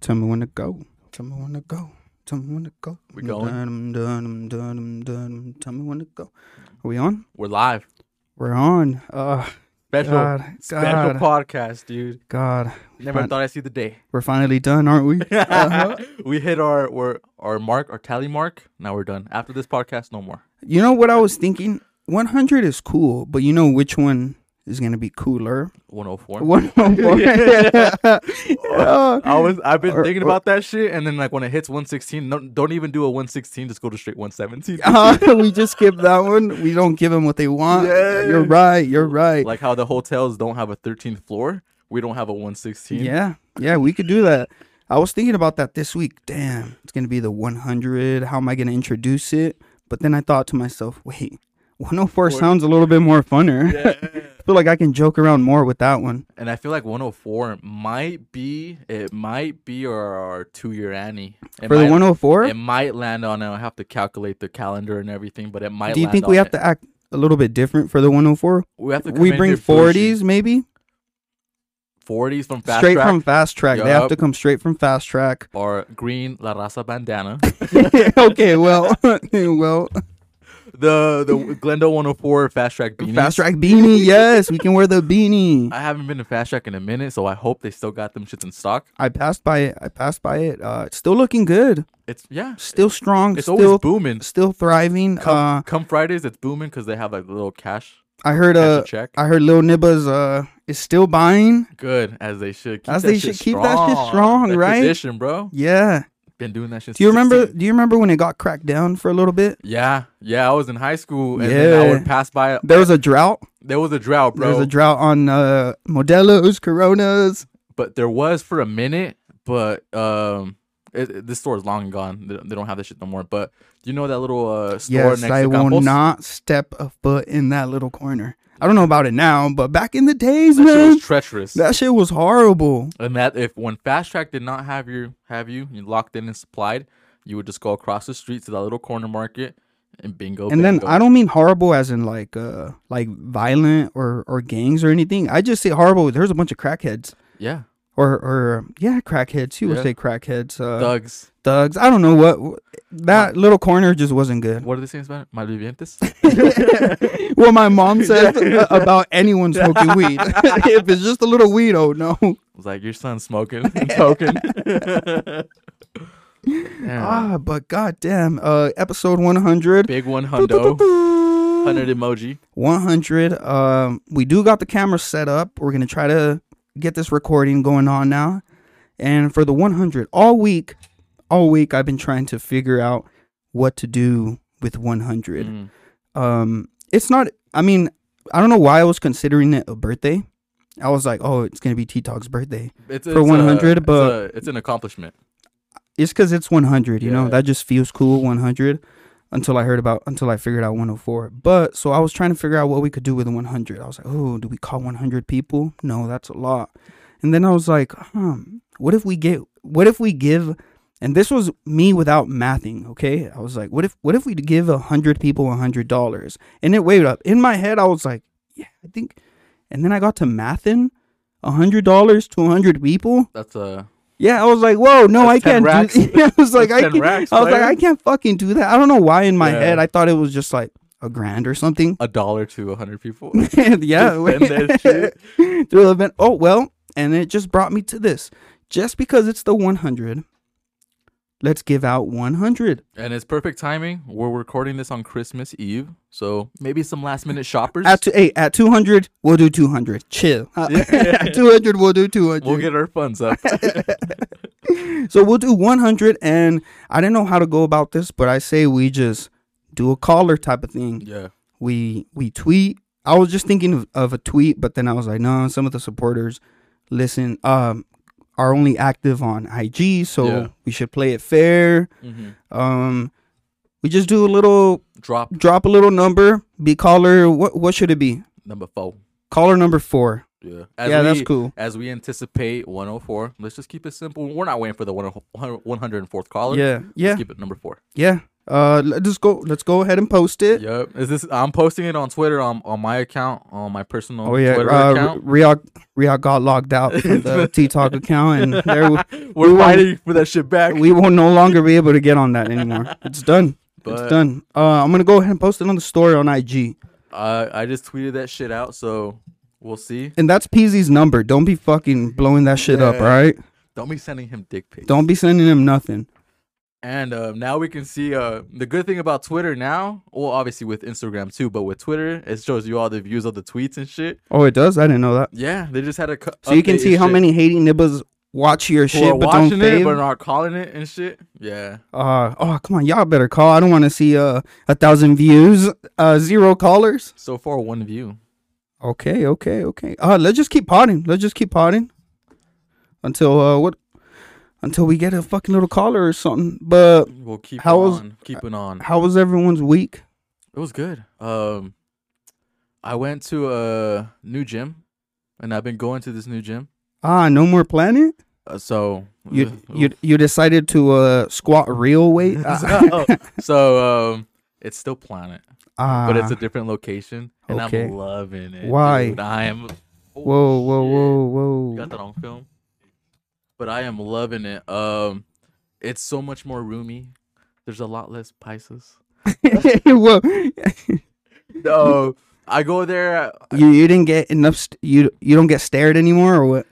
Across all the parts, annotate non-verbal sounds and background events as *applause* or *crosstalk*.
Tell me when to go. Tell me when to go. Tell me when to go. We going? Dun, dun, dun, dun, dun. Tell me when to go. Are we on? We're live. We're on. Uh, Special, God, special God. podcast, dude. God, Never Fun. thought I'd see the day. we're finally done, aren't *laughs* we? *laughs* Uh-huh. we hit our we're, our mark, our tally mark. Now we're done. After this podcast, no more. You know what I was thinking? 100 is cool, but you know which one is going to be cooler? 104. *laughs* 104. *laughs* Uh, I was I've been Or- thinking or- about that shit, and then like when it hits 116, no, don't even do a 116. Just go to straight 117. Uh, we just skip that one. We don't give them what they want. Yeah. You're right. You're right. like how the hotels don't have a 13th floor. We don't have a 116. Yeah, yeah, we could do that. I was thinking about that this week. Damn, it's gonna be the 100. How am I gonna introduce it? But then I thought to myself, wait, *laughs* 104 sounds a little bit more funner. I feel like I can joke around more with that one. *laughs* And I feel like 104 might be it might be our, our two year Annie. It For the might- 104, It might land on. I have to calculate the calendar and everything, but it might. do you land think we on have to act a little bit different for the 104? it. We have to. We come in bring here bougie. 40s, maybe forties from fast straight track from fast track. They have Yup. to come straight from fast *laughs* track. *laughs* or green La Raza bandana. okay, well, *laughs* well, the the Glendo 104 fast track beanie. fast track beanie. Yes, we can wear the beanie. *laughs* I haven't been to fast track in a minute, so I hope they still got them shits in stock. I passed by it. I passed by it. Uh, it's still looking good. It's yeah, Still strong. it's still always booming. still thriving. Come, Uh, come Fridays, it's booming because they have like little cash I heard. cash Uh, a check. I heard Lil Nibba's uh is still buying. Good as they should. Keep As that they shit should keep that shit strong, That right? Tradition, bro. Yeah. Been doing that shit. Do you since remember? 16. Do you remember when it got cracked down for a little bit? Yeah, yeah. I was in high school, and then I Yeah. would pass by. There was a drought. There was a drought, There bro. was a drought on uh Modelo's, Coronas. but there was for a minute. But um, it, it- this store is long gone. They, they don't have this shit no more. But you know that little uh store Yes, next I to will Campos? not step a foot in that little corner. I don't know about it now, but back in the days, That shit man, was treacherous. that shit was horrible. and that if when Fast Track did not have your have you, you locked in and supplied, you would just go across the street to that little corner market and bingo. and then bango. I don't mean horrible as in like uh like violent or or gangs or anything. I just say horrible. There's a bunch of crackheads yeah, or or yeah, crackheads. You Yeah. would say crackheads, uh, thugs. thugs. I don't know what that little corner just wasn't good. What are they saying about malvivientes? *laughs* What my mom says about anyone smoking weed. *laughs* if it's just a little weed, oh no. was like your *laughs* son's smoking *laughs* and token. Ah, but goddamn, uh, episode one hundred. *laughs* Big one hundo. Hundred emoji. 100 um we do got the camera set up we're gonna try to get this recording going on now and for the 100 all week all week i've been trying to figure out what to do with 100 Mm. um it's not i mean i don't know why i was considering it a birthday i was like oh it's gonna be t-talk's birthday It's, For it's 100, a, but- it's, a, it's an accomplishment. it's because it's 100 you know Yeah. that just feels cool 100 until i heard about until i figured out 104 but so i was trying to figure out what we could do with 100 i was like oh do we call 100 people no that's a lot and then i was like hmm what if we get what if we give and this was me without mathing okay i was like what if what if we give 100 people $100 and it weighed up in my head i was like yeah i think and then i got to mathing $100 to 100 people That's a yeah, I was like, whoa, no, That's I can't 10 *laughs* racks. do that. I was like, That's I 10 can't, racks, I was like, player. I can't fucking do that. I don't know why in my Yeah. head I thought it was just like a grand or something. *laughs* a dollar to a hundred people. And yeah. *laughs* Just spend that shit. Through the event. Oh well. And it just brought me to this. Just because it's the one hundred, let's give out one hundred. *laughs* and it's perfect timing. We're recording this on Christmas Eve, so maybe some last minute shoppers. At two hey, at two hundred, we'll do two hundred. Chill. *laughs* at two hundred we'll do two we'll hundred. get our *laughs* funds up. *laughs* so we'll do one hundred and I didn't know how to go about this, but I say we just do a caller type of thing. yeah, we we tweet. I was just thinking of, of a tweet, but then I was like, no, some of the supporters listen um are only active on IG, so Yeah. we should play it fair. Mhm. Um we just do a little drop drop a little number, be caller what what should it be? number four. Caller number 4. Yeah. As yeah, we, that's cool. As we anticipate 104, let's just keep it simple. We're not waiting for the oh, 100 104th caller. Yeah, yeah, Let's keep it number four. yeah. Uh, let's just go. Let's go ahead and post it. Yep. Is this? I'm posting it on Twitter on, on my account on my personal Oh yeah, Twitter uh, account. Riot Riot got logged out from *laughs* the T Talk account, and there we, We're we won't- fighting for that shit back. we will no longer be able to get on that *laughs* anymore. It's done. But- it's done. Uh, I'm gonna go ahead and post it on the story on IG, Uh, I just tweeted that shit out, so we'll see. and that's Peasy's number. Don't be fucking blowing that shit up, Yeah. all right? Don't be sending him dick pics. Don't be sending him nothing. And uh, now we can see uh, the good thing about Twitter now. Well, obviously with Instagram too, but with Twitter, it shows you all the views of the tweets and shit. Oh, it does. I didn't know that. Yeah, they just had a. cu- So you can update see and how shit. many hating nibbas watch your who shit are but don't watching it but uh, fave. are calling it and shit. Yeah, Uh, oh, come on, y'all better call. I don't want to see uh, a thousand views, uh, zero callers. so far one view. Okay, okay, okay. Uh, let's just keep potting. Let's just keep potting until uh, what? Until we get a fucking little caller or something. But We'll keep How was- on keeping on. how was everyone's week? It was good. Um, I went to a new gym, and I've been going to this new gym. Ah, no more planet. Uh, so You you you decided to uh squat real *laughs* weight. Ah, *laughs* so, so, um, it's still Planet, Ah. but it's a different location, and Uh-huh. Okay. I'm loving it. Why? dude. I am. oh, whoa whoa shit. whoa whoa. Got that on film, but I am loving it. Um, it's so much more roomy. There's a lot less Pisces. *laughs* whoa. No, I go there. You you didn't get enough. St- you you don't get stared anymore or what?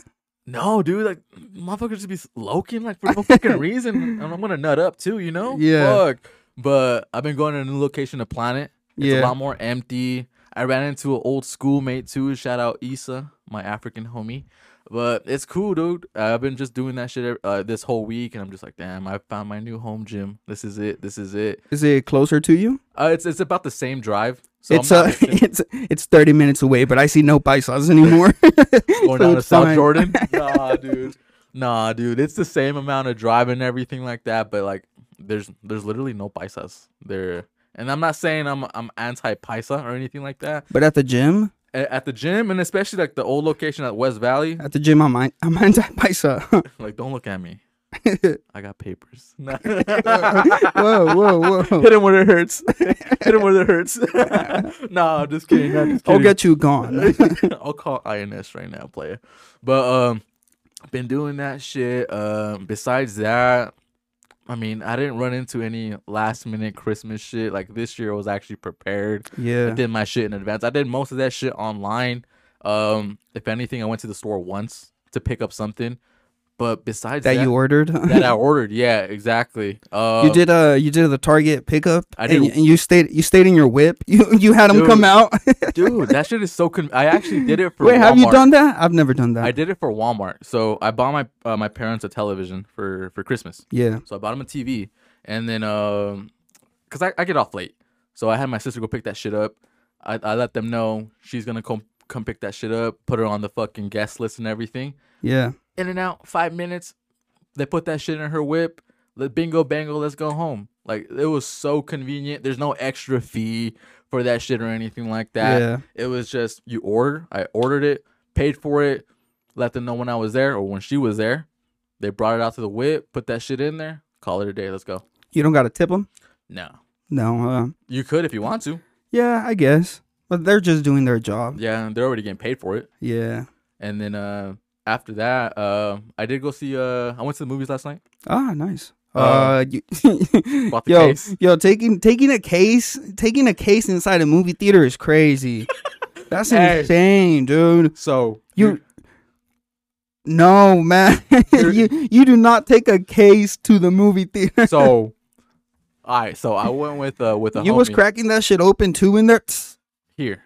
No, dude, like motherfuckers just be loking like for *laughs* no fucking reason, and I'm gonna nut up too, you know? Yeah. Fuck. But I've been going to a new location, to Planet. It's a lot more empty. I ran into an old schoolmate too. Shout out Issa, my African homie. But it's cool, dude. I've been just doing that shit uh, this whole week, and I'm just like, damn, I found my new home gym. This is it. This is it. Is it closer to you? Uh, it's it's about the same drive. So it's I'm uh, not missing- it's it's thirty minutes away, but I see no paisas *laughs* anymore. going So down *laughs* to it's South fine. *laughs* Jordan. Nah, dude. Nah, dude. It's the same amount of drive and everything like that, but like there's there's literally no paisas there. And I'm not saying I'm I'm anti paisa or anything like that. But at the gym, A- At the gym and especially like the old location at West Valley, at the gym, I'm an- I'm *laughs* anti paisa. like don't look *laughs* at me. I got papers. *laughs* whoa, whoa, whoa! Hit him where it hurts. Hit him where it hurts. *laughs* nah, I'm just *laughs* kidding. I'm just I'll kidding. get you *laughs* gone. I'll call INS right now, player. But um, been doing that shit. Um, besides that, I mean, I didn't run into any last minute Christmas shit. Like this year, I was actually prepared. I Yeah, did my shit in advance. I did most of that shit online. Um, if anything, I went to the store once to pick up something. But besides that that, you ordered. that I ordered, yeah, exactly. Uh, You did uh you did the Target pickup. I and did- y- and you stayed you stayed in your whip. *laughs* You you had them Dude. come out. dude. That shit is so. Con- I actually did it *laughs* for. Wait, have you Walmart. done that? I've never done that. I did it for Walmart. So I bought my uh, my parents a television for for Christmas. yeah. So I bought them a TV, and then um, cause I, I get off late, so I had my sister go pick that shit up. I, I let them know she's gonna come come pick that shit up, put her on the fucking guest list and everything. Yeah. In and out, five minutes. They put that shit in her whip. Let bingo bango, let's go home. Like it was so convenient. There's no extra fee for that shit or anything like that. Yeah. It was just you order. I ordered it, paid for it, let them know when I was there or when she was there. They brought it out to the whip, put that shit in there, call it a day. Let's go. You don't got to tip them. No, No. Uh, you could if you want to. yeah, I guess. But they're just doing their job. Yeah, and they're already getting paid for it. Yeah. And then uh, after that, uh, I did go see. Uh, I went to the movies last night. Ah, nice. Uh, Uh, you, *laughs* *laughs* Bought the yo, case. yo, taking taking a case, taking a case inside a movie theater is *laughs* crazy. That's Hey. insane, dude. So You, no man, *laughs* You're- you you do not take a case to the movie theater. *laughs* so. All right, so I went with uh with a You was homie. cracking that shit open too in *laughs* there. Tss. here.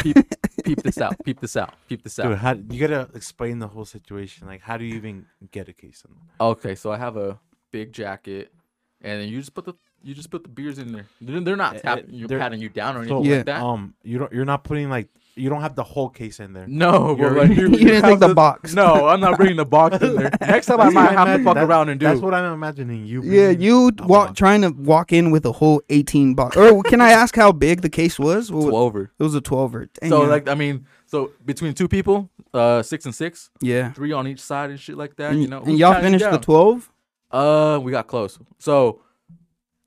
Peep, peep this out. Peep this out. Peep this out. Dude, how, you gotta explain the whole situation. Like, how do you even get a case on that? Okay, so I have a big jacket, and then you just put the you just put the beers in there. They're, they're not Eh, eh, tapping you, they're- patting you down or So, anything Yeah. like that. um, you don't. You're not putting like you don't have the whole case in there. no, but you're- like, *laughs* you You didn't have take *laughs* the box. No, I'm not bringing the box in *laughs* there. Next time I That's what might I'm have to imagin- fuck that- around and do. That's what I'm imagining. You. Yeah, bringing- you Come walk on. trying to walk in with a whole eighteen box. Or can I ask how big the case was? What was- Twelve over. It was a twelver. Dang, So yeah. like I mean, so between two people, uh, six and six, Yeah. three on each side and shit like that. And, you know, and Who's y'all counting you finished the down? 12? Uh, we got close. So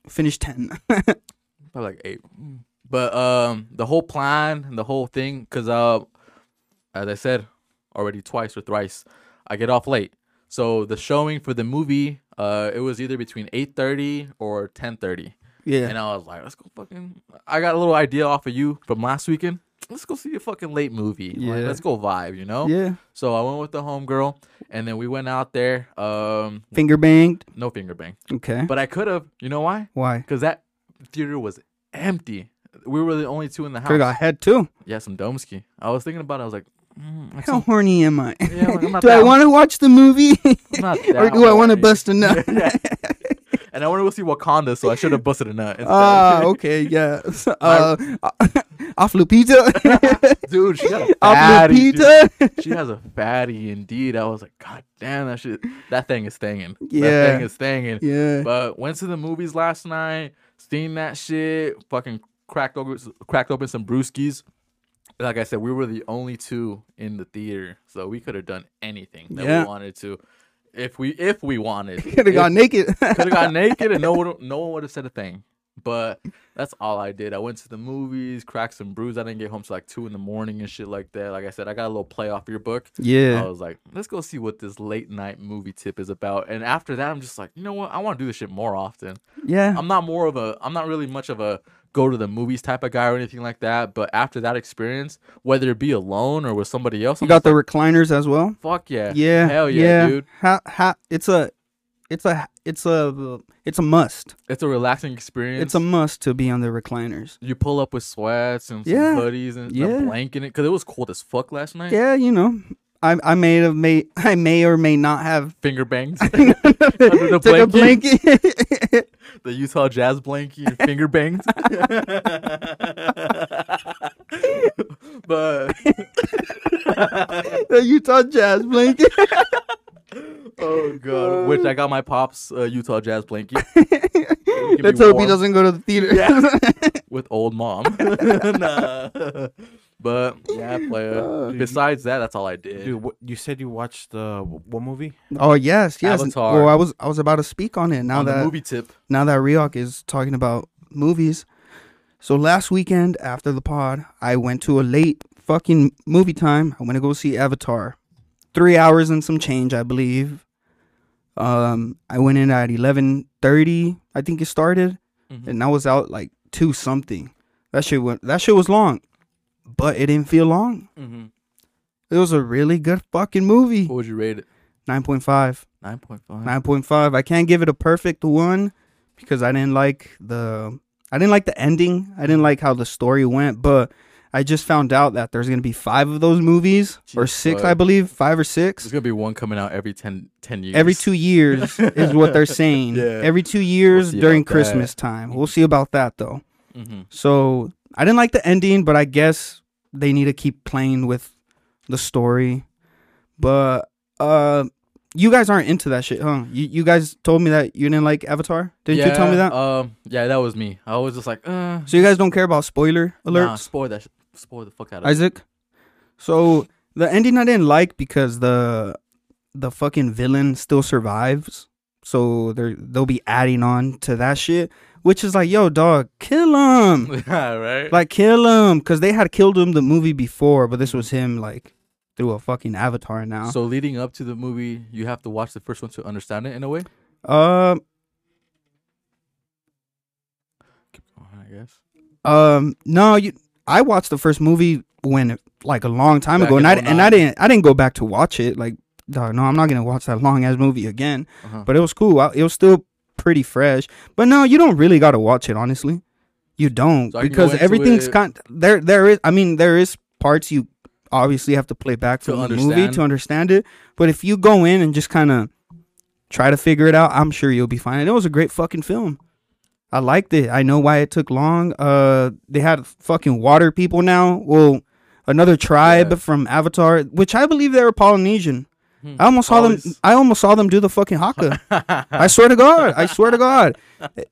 Finished 10. probably like eight. But um, the whole plan and the whole thing, cause uh, as I said already twice or thrice, I get off late. So the showing for the movie, uh, it was either between eight thirty or ten thirty, *laughs* yeah. and I was like, let's go fucking. I got a little idea off of you from last weekend. Let's go see a fucking late movie. Like, Yeah. let's go vibe, you know. Yeah. So I went with the homegirl, and then we went out there. Um, Finger banged. no finger bang, Okay. but I could have. You know why? Why? Because that theater was empty. We were the only two in the house. Kirk got head too. Yeah, some Domsky. I was thinking about. it. I was like, mm, *laughs* I How think horny am I? Yeah, *laughs* like, I'm not do I that- want to watch the movie *laughs* I'm not or that do I want to horny. bust a nut? Yeah. And I wanted to go see Wakanda, so I should have busted a nut. instead. *laughs* Ah, okay, yeah. So, Uh, *laughs* off *laughs* Lupita, dude, she got a off fatty. dude. *laughs* Lupita. She has a fatty indeed. I was like, God damn, that shit. That thing is thinging. Yeah. That thing is thinging. Yeah, But went to the movies last night, seen that shit, fucking cracked open, cracked open some brewskis. Like I said, we were the only two in the theater, so we could have done anything that Yeah. we wanted to, if we if we wanted. could have got naked. could have got naked, and no one no one would have said a thing. But that's all I did. I went to the movies, cracked some brews. I didn't get home till like two in the morning and shit like that. Like I said, I got a little play off your book. *laughs* I yeah, was like, let's go see what this late night movie tip is about. And after that, I'm just like, you know what? I want to do this shit more *laughs* often. yeah, I'm not more of a, I'm not really much of a go to the movies type of guy or anything like that. But after that experience, whether it be alone or with somebody else, you I'm got just the like, recliners as well. fuck yeah, Yeah, hell yeah, dude. Ha, ha, it's a, it's a, it's a, it's a must. It's a relaxing experience. It's a must to be on the recliners. you pull up with sweats and some Yeah. hoodies and Yeah. a blanket because it was cold as fuck last night. Yeah, you know, I, I may have may, I may or may not have *laughs* Finger bangs, *laughs* under the took a blanket. blanket. *laughs* the Utah Jazz blanket, and finger bangs. *laughs* but the Utah Jazz blanket. oh *laughs* god, which I got my pops uh, Utah Jazz blanket. be Let's hope he warm. doesn't go to the theater. *laughs* with old mom. *laughs* nah. *laughs* But yeah, player. Fuck. Besides that, that's all I did. Dude, what, you said you watched the what movie? oh yes, yes. Avatar. Well, I was I was about to speak on it now On that the movie tip, now that Ryok is talking about movies. So last weekend after the pod, I went to a late fucking movie time. I went to go see Avatar. Three hours and some change, I believe. Um, I went in at eleven thirty, I think it started, Mhm. and I was out like two something. That shit went. That shit was long, but it didn't feel long. It was a really good fucking movie. what would you rate it? 9.5. Nine point five. 9.5. I can't give it a perfect one because I didn't like the I didn't like the ending. I didn't like how the story went, but I just found out that there's going to be 5 of those movies or Jesus 6, I Christ. believe, 5 or There's 6. gonna be one coming out every 10, 10 years. Every 2 *laughs* years is what they're saying. Yeah. Every 2 years see during about that. Christmas time. We'll see about that though. Mm-hmm. So, I didn't like the ending, but I guess they need to keep playing with the story. But uh you guys aren't into that shit, huh? You you guys told me that you didn't like Avatar. Didn't you tell me that? Um, yeah, that was me. I was just like, uh, so you guys don't care about spoiler nah, alerts, spoil that, sh- spoil the fuck out of it. Isaac? So the ending I didn't like because the the fucking villain still survives. So they are they'll be adding on to that shit, which is like, yo, dog, kill him. *laughs* yeah, right. *laughs* like kill him because they had killed him the movie before but this was him like through a fucking avatar now so leading up to the movie, you have to watch the first one to understand it in a way. um Keep going, I guess. um no you i watched the first movie when like a long time Back ago in and I, and I 09. didn't i didn't go back to watch it like dog, no i'm not gonna watch that long ass movie again Uh-huh. but it was cool I, it was still pretty fresh but no you don't really gotta watch it honestly you don't So I can go because into everything's it- con- there there is i mean there is parts you obviously have to play back To from the understand. movie to understand it but if you go in and just kind of try to figure it out i'm sure you'll be fine and it was a great fucking film i liked it i know why it took long uh they had fucking water people now well another tribe Yeah. from avatar which i believe they were polynesian Hmm. i almost saw them Always- i almost saw them do the fucking haka I swear to God, I swear to God,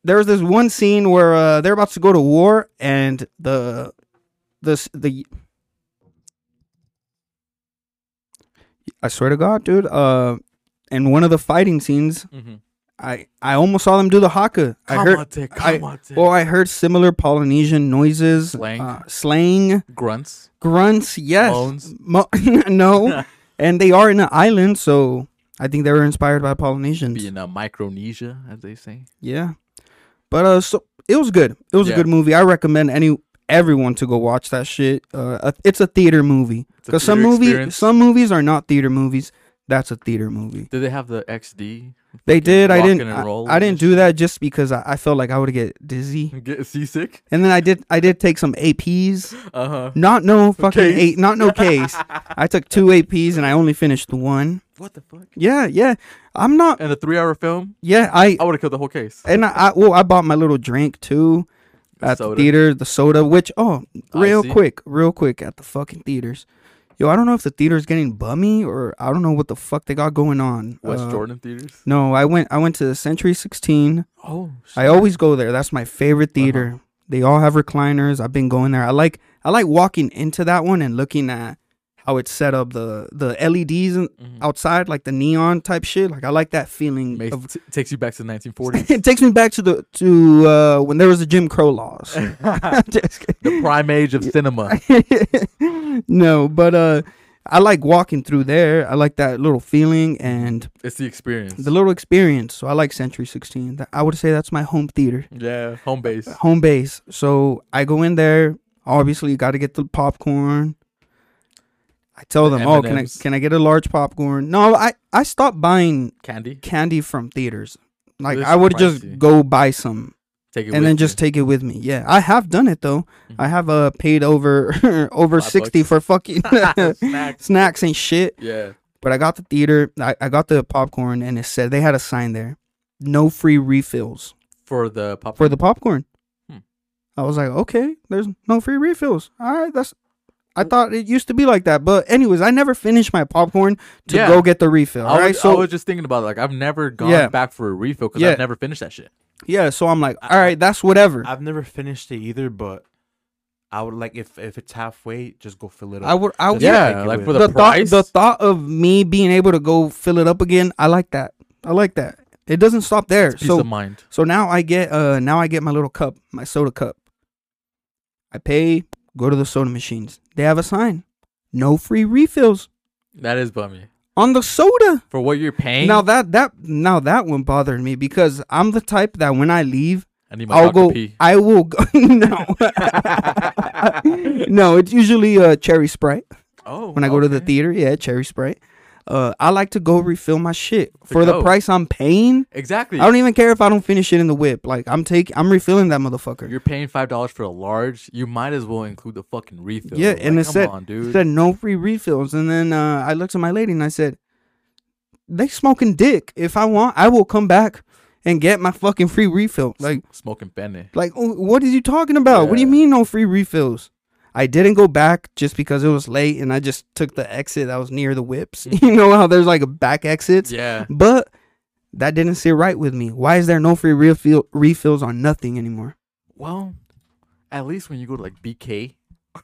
there was this one scene where uh, they're about to go to war, and the the the I swear to God, dude. Uh, in one of the fighting scenes, Mm-hmm. I I almost saw them do the haka. I heard. Kamate, I- kamate. Well, I heard similar Polynesian noises, Slang. uh, slang, grunts. grunts. Yes, Moans. Mo- *laughs* *laughs* no, and they are in an island, so I think they were inspired by Polynesians. Being a Micronesia, as they say. Yeah. But uh so it was good. It was Yeah. a good movie. I recommend any everyone to go watch that shit. Uh uh, it's a theater movie. It's a Cuz some theater movie experience. some movies are not theater movies. That's a theater movie. Did they have the XD? They Fucking did. I walking didn't. and I, rolling I didn't and do that just because I, I felt like I would get dizzy. *laughs* Get seasick. And then I did. I did take some APs. Uh huh. Not *laughs* no fucking Case. eight. Not no case. *laughs* I took two APs and I only finished the one. What the fuck? Yeah, yeah. I'm not. And a three-hour film. Yeah, I I would have killed the whole case. and I, I well, I bought my little drink too at the soda. theater, the soda. Which oh, real Icy. quick, real quick at the fucking theaters. Yo, I don't know if the theater's getting bummy or I don't know what the fuck they got going on. West Uh, Jordan theaters. No, I went. I went to Century 16. Oh, I always go there. That's my favorite Uh-huh. theater. They all have recliners. I've been going there. I like. I like walking into that one and looking at how it's set up. The the LEDs and Mm-hmm. outside, like the neon type shit. Like I like that feeling Makes, of t- takes you back to the *laughs* 1940s. it takes me back to the to uh, when there was the Jim Crow laws. *laughs* *laughs* Just *laughs* the prime age of cinema. kidding. *laughs* no, but uh, I like walking through there. I like that little feeling and It's the experience. the little experience. So I like Century 16. That- I would say that's my home theater, yeah, home *laughs* base. home base. So I go in there. Obviously, got to get the popcorn. I tell The them, "Oh, can I M&Ms. can I get a large popcorn?" No, I I stopped buying Candy. candy from theaters. Like Those I are would just pricey. go buy some Take it and then with you. Mm-hmm. just take it with me. Yeah, I have done it though. I have uh paid over *laughs* over Five sixty for *laughs* fucking *laughs* snacks. snacks and shit. Yeah. But I got the theater. I, I got the popcorn, and it said they had a sign there, no free refills For the popcorn. for the popcorn. Hmm. I was like, okay, there's no free refills. All right, that's. I thought it used to be like that, but anyways, I never finished my popcorn to Yeah. go get the refill. I, All was, right, I so was just thinking about it. Like, I've never gone Yeah. back for a refill because Yeah. I've never finished that shit. yeah, so I'm like, all right, that's whatever. I've never finished it either, but I would like if if it's halfway, just go fill it up. I would, I Just would, Yeah, take it like with for you. the thought price? the thought of me being able to go fill it up again i like that i like that it doesn't stop there Peace so of mind. so now i get uh now i get my little cup my soda cup i pay go to the soda machines they have a sign no free refills That is bummy. on the soda For what you're paying, now that that now that one bothered me because i'm the type that when i leave I need my i'll Dr. go P. i will go *laughs* *laughs* no no it's usually uh cherry sprite oh, when I go to the okay. theater. Yeah, cherry sprite. Uh, I like to go refill my shit for the go. price I'm paying. Exactly. I don't even care if I don't finish it in the whip. Like I'm taking, I'm refilling that motherfucker. You're paying five dollars for a large. You might as well include the fucking refill. yeah, Like, and it come said, on, it dude. said no free refills. And then uh, I looked at my lady and I said, "They smoking dick. If I want, I will come back and get my fucking free refill." Like, smoking Bennett. like, oh, what is you talking about? What do you Yeah. mean no free refills? I didn't go back just because it was late, and I just took the exit that was near the whips. *laughs* Mm. you know how there's like a back exits. Yeah, But that didn't sit right with me. Why is there no free refill refills on nothing anymore? Well, at least when you go to like BK,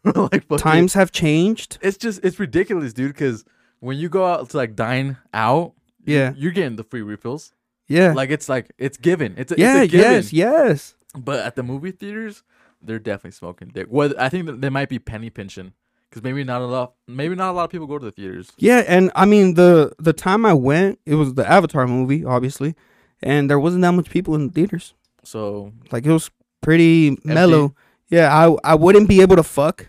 or, *laughs* like fucking- Times have changed. It's just it's ridiculous, dude. Because when you go out to like dine out, you- Yeah. you're getting the free refills. Yeah. Like it's like it's given. It's a, yeah, it's a given. yes, yes. But at the movie theaters, they're definitely smoking dick. Whether I think that they might be penny pinching because maybe not a lot. Maybe not a lot of people go to the theaters. Yeah, and I mean the the time I went, it was the Avatar movie, obviously, and there wasn't that much people in the theaters. So Like it was pretty mellow. Yeah, I I wouldn't be able to fuck.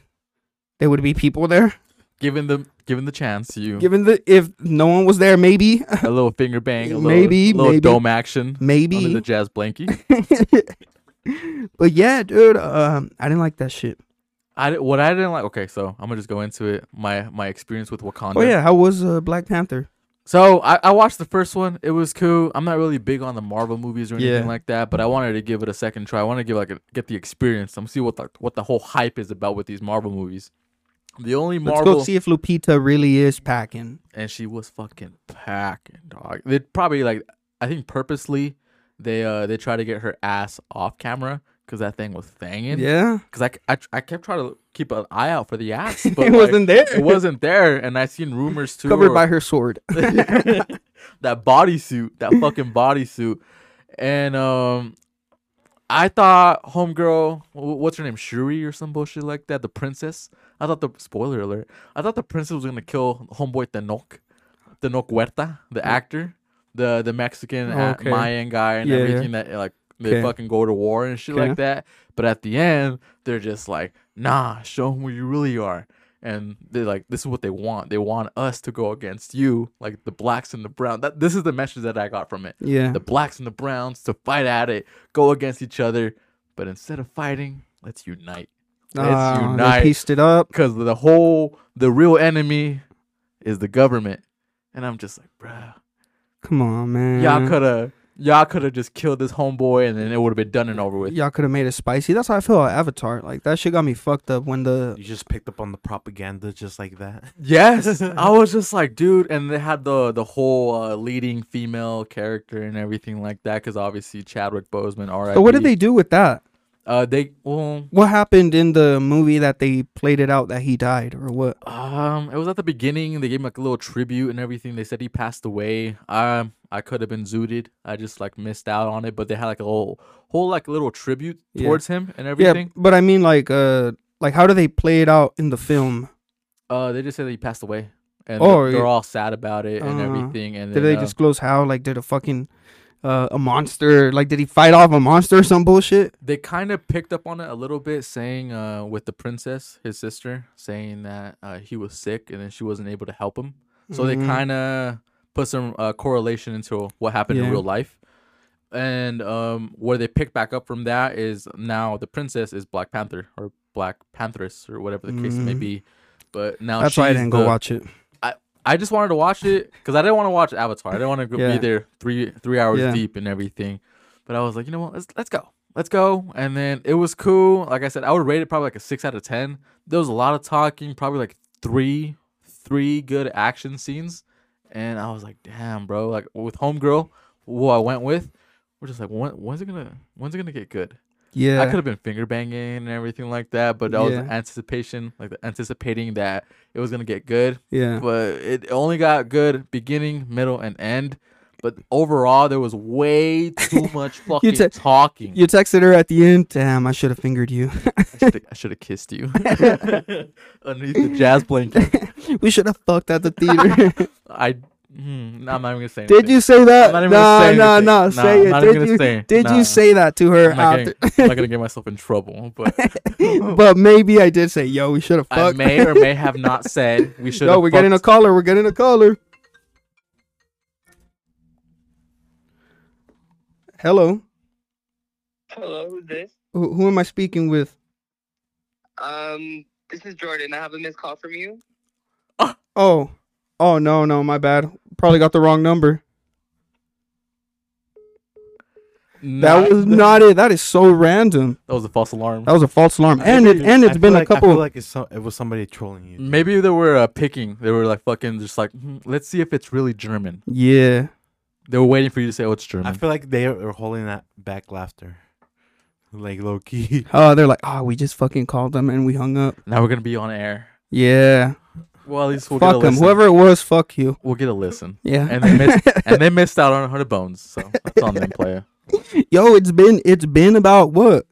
There would be people there. given the given the chance, you Given the if no one was there, maybe, *laughs* a little finger bang, a little, Maybe, little maybe. dome action maybe. under the jazz blankie. *laughs* *laughs* but yeah, dude, um, I didn't like that shit. I di- what I didn't like. Okay, so I'm gonna just go into it. My my experience with Wakanda. Oh yeah, how was uh, Black Panther? So I, I watched the first one. It was cool. I'm not really big on the Marvel movies or anything Yeah. like that, but I wanted to give it a second try. I want to give like a, get the experience. I'm see what the, what the whole hype is about with these Marvel movies. The only Marvel Let's go see if Lupita really is packing. and she was fucking packing, dog. They probably like I think purposely they uh they try to get her ass off camera because that thing was thanging. Yeah, Because I, c- I tr- I kept trying to keep an eye out for the ass, *laughs* but it like, wasn't there. It wasn't there, and I seen rumors too. *laughs* covered or- by her sword. *laughs* that bodysuit, that fucking bodysuit. And um I thought homegirl, wh- what's her name, Shuri or some bullshit like that, the princess. I thought the spoiler alert. I thought the princess was gonna kill homeboy Tenok, Tenok Huerta, the actor, the the Mexican Oh, uh, Mm. okay. Mayan guy and Yeah, yeah. everything that like they Okay. fucking go to war and shit like Okay. that. But at the end, they're just like, nah, show them who you really are. And they're like, this is what they want. They want us to go against you, like the blacks and the brown. That this is the message that I got from it. Yeah, The blacks and the browns to fight at it, go against each other. But instead of fighting, let's unite. Let's Ah, they unite. pieced it up. Cause the whole the real enemy is the government. And I'm just like, bruh, Come on, man. y'all coulda y'all coulda just killed this homeboy and then it would have been done and over with. Y'all could have made it spicy. That's how I feel about Avatar. Like that shit got me fucked up when the You just picked up on the propaganda just like that. Yes, I was *laughs* just like, dude, and they had the the whole uh, leading female character and everything like that, because obviously Chadwick Boseman. All right. So what did they do with that? Uh, they well, What happened in the movie that they played it out that he died or what? um, it was at the beginning. They gave him like a little tribute and everything. They said he passed away. Um, I could have been zooted. I just like missed out on it. But they had like a whole whole like little tribute Yeah. towards him and everything. Yeah, but I mean like uh like how do they play it out in the film? Uh, they just said that he passed away, and Oh, they're, they're yeah. all sad about it and Uh, everything. And Did then, they uh, disclose how? Like did a fucking uh, a monster like did he fight off a monster or some bullshit? they kind of picked up on it a little bit saying uh with the princess his sister saying that uh, he was sick and then she wasn't able to help him so they Mhm. kind of put some uh, correlation into what happened in Yeah. real life and um where they pick back up from that is now the princess is black panther or black pantheress or whatever the case may Mhm. be but now That's why I she's didn't the- go watch it. I just wanted to watch it because I didn't want to watch Avatar. I didn't want to Yeah. be there three three hours Yeah. deep and everything. But I was like, you know what? Let's let's go, let's go. And then it was cool. Like I said, I would rate it probably like a six out of ten. There was a lot of talking, probably like three three good action scenes, and I was like, damn, bro. Like with Homegirl, who I went with, we're just like, when, when's it gonna when's it gonna get good? Yeah. I could have been finger banging and everything like that, but that was the Yeah. anticipation, like the anticipating that it was gonna get good yeah. *laughs* but it only got good beginning, middle, and end. But overall, there was *laughs* way too much fucking te- talking. You texted her at the end. Damn, I should have fingered you. *laughs* I should have kissed you *laughs* underneath the jazz blanket. we should have fucked at the theater. *laughs* *laughs* I. Hmm, nah, I'm not even gonna say. Did you say that? I'm not even No, gonna say no, anything. no. Nah, Say I'm not it. Did even gonna you, say. did Nah. you say that to her I'm not, after? *gasps* getting, I'm not gonna get myself in trouble, *laughs* but but maybe I did say, yo, we should have I fucked. may *laughs* or may have not said we should. Yo, we're getting a caller. We're getting a caller. Hello. Hello, who's this? Who, who am I speaking with? Um, this is Jordan. I have a missed call from you. Oh. Oh, no, no. My bad. Probably got the wrong number. That was not it. That is so random. That was a false alarm. That was a false alarm. *laughs* And it and it's it's been a I couple. feel like it's so, it was somebody trolling you. Maybe they were uh, picking. They were like fucking, just like "Hmm, let's see if it's really German. yeah. They were waiting for you to say, "Oh, it's German." I feel like they are holding that back laughter, like low key. Oh, they're like, oh, we just fucking called them and we hung up. Now we're gonna be on air. Yeah. Well, at least we'll get fuck a them. listen. Whoever it was, fuck you. We'll get a listen. Yeah. *laughs* And they missed and they missed out on her bones. So that's on them, *laughs* player. Yo, it's been it's been about what?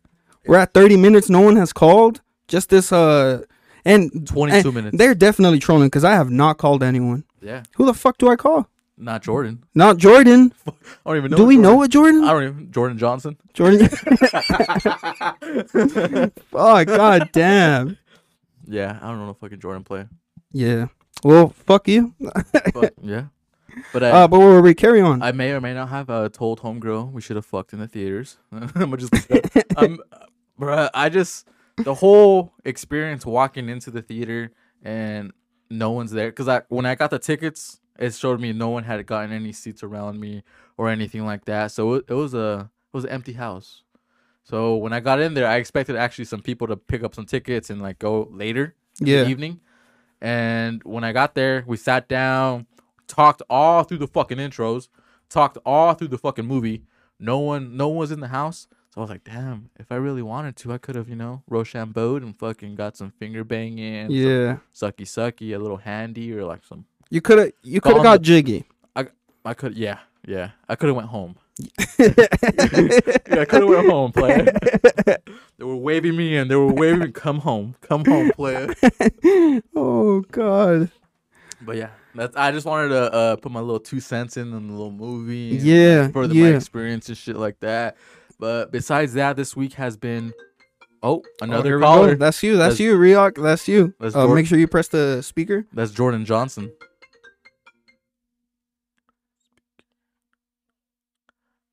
We're at 30 minutes. No one has called. Just this uh and Twenty two and minutes. They're definitely trolling because I have not called anyone. Yeah. Who the fuck do I call? Not Jordan. Not Jordan. I don't even know. do we Jordan- know a Jordan? I don't even Jordan *laughs* Johnson. *laughs* Jordan. *laughs* oh god damn. Yeah, I don't know no fucking Jordan player. Yeah. Well, fuck you. *laughs* But yeah. But I, Uh, but where were we? Carry on. I may or may not have uh, told homegirl we should have fucked in the theaters. *laughs* I'm gonna just, um, bruh, I just the whole experience walking into the theater and no one's there because I when I got the tickets, it showed me no one had gotten any seats around me or anything like that. So it, it was a it was an empty house. So when I got in there, I expected actually some people to pick up some tickets and like go later yeah. the evening. And when I got there, we sat down, talked all through the fucking intros, talked all through the fucking movie. No one, no one was in the house. So I was like, damn, if I really wanted to, I could have, you know, Rochambeau'd and fucking got some finger banging, yeah. Yeah, sucky sucky, a little handy or like some. you could have you could have Gone got jiggy. I could, yeah, yeah, I could have went home. Yeah, I could have went home, player. *laughs* they were waving me in. They were waving me, come home, come home, player. oh God. But yeah, that's, I just wanted to uh, put my little two cents in on the little movie. and Yeah, further my yeah. experience and shit like that. But besides that, this week has been oh Oh, here another we go. caller. That's you. That's That's- you, Reok. That's you. That's Uh, Dor- make sure you press the speaker. That's Jordan Johnson.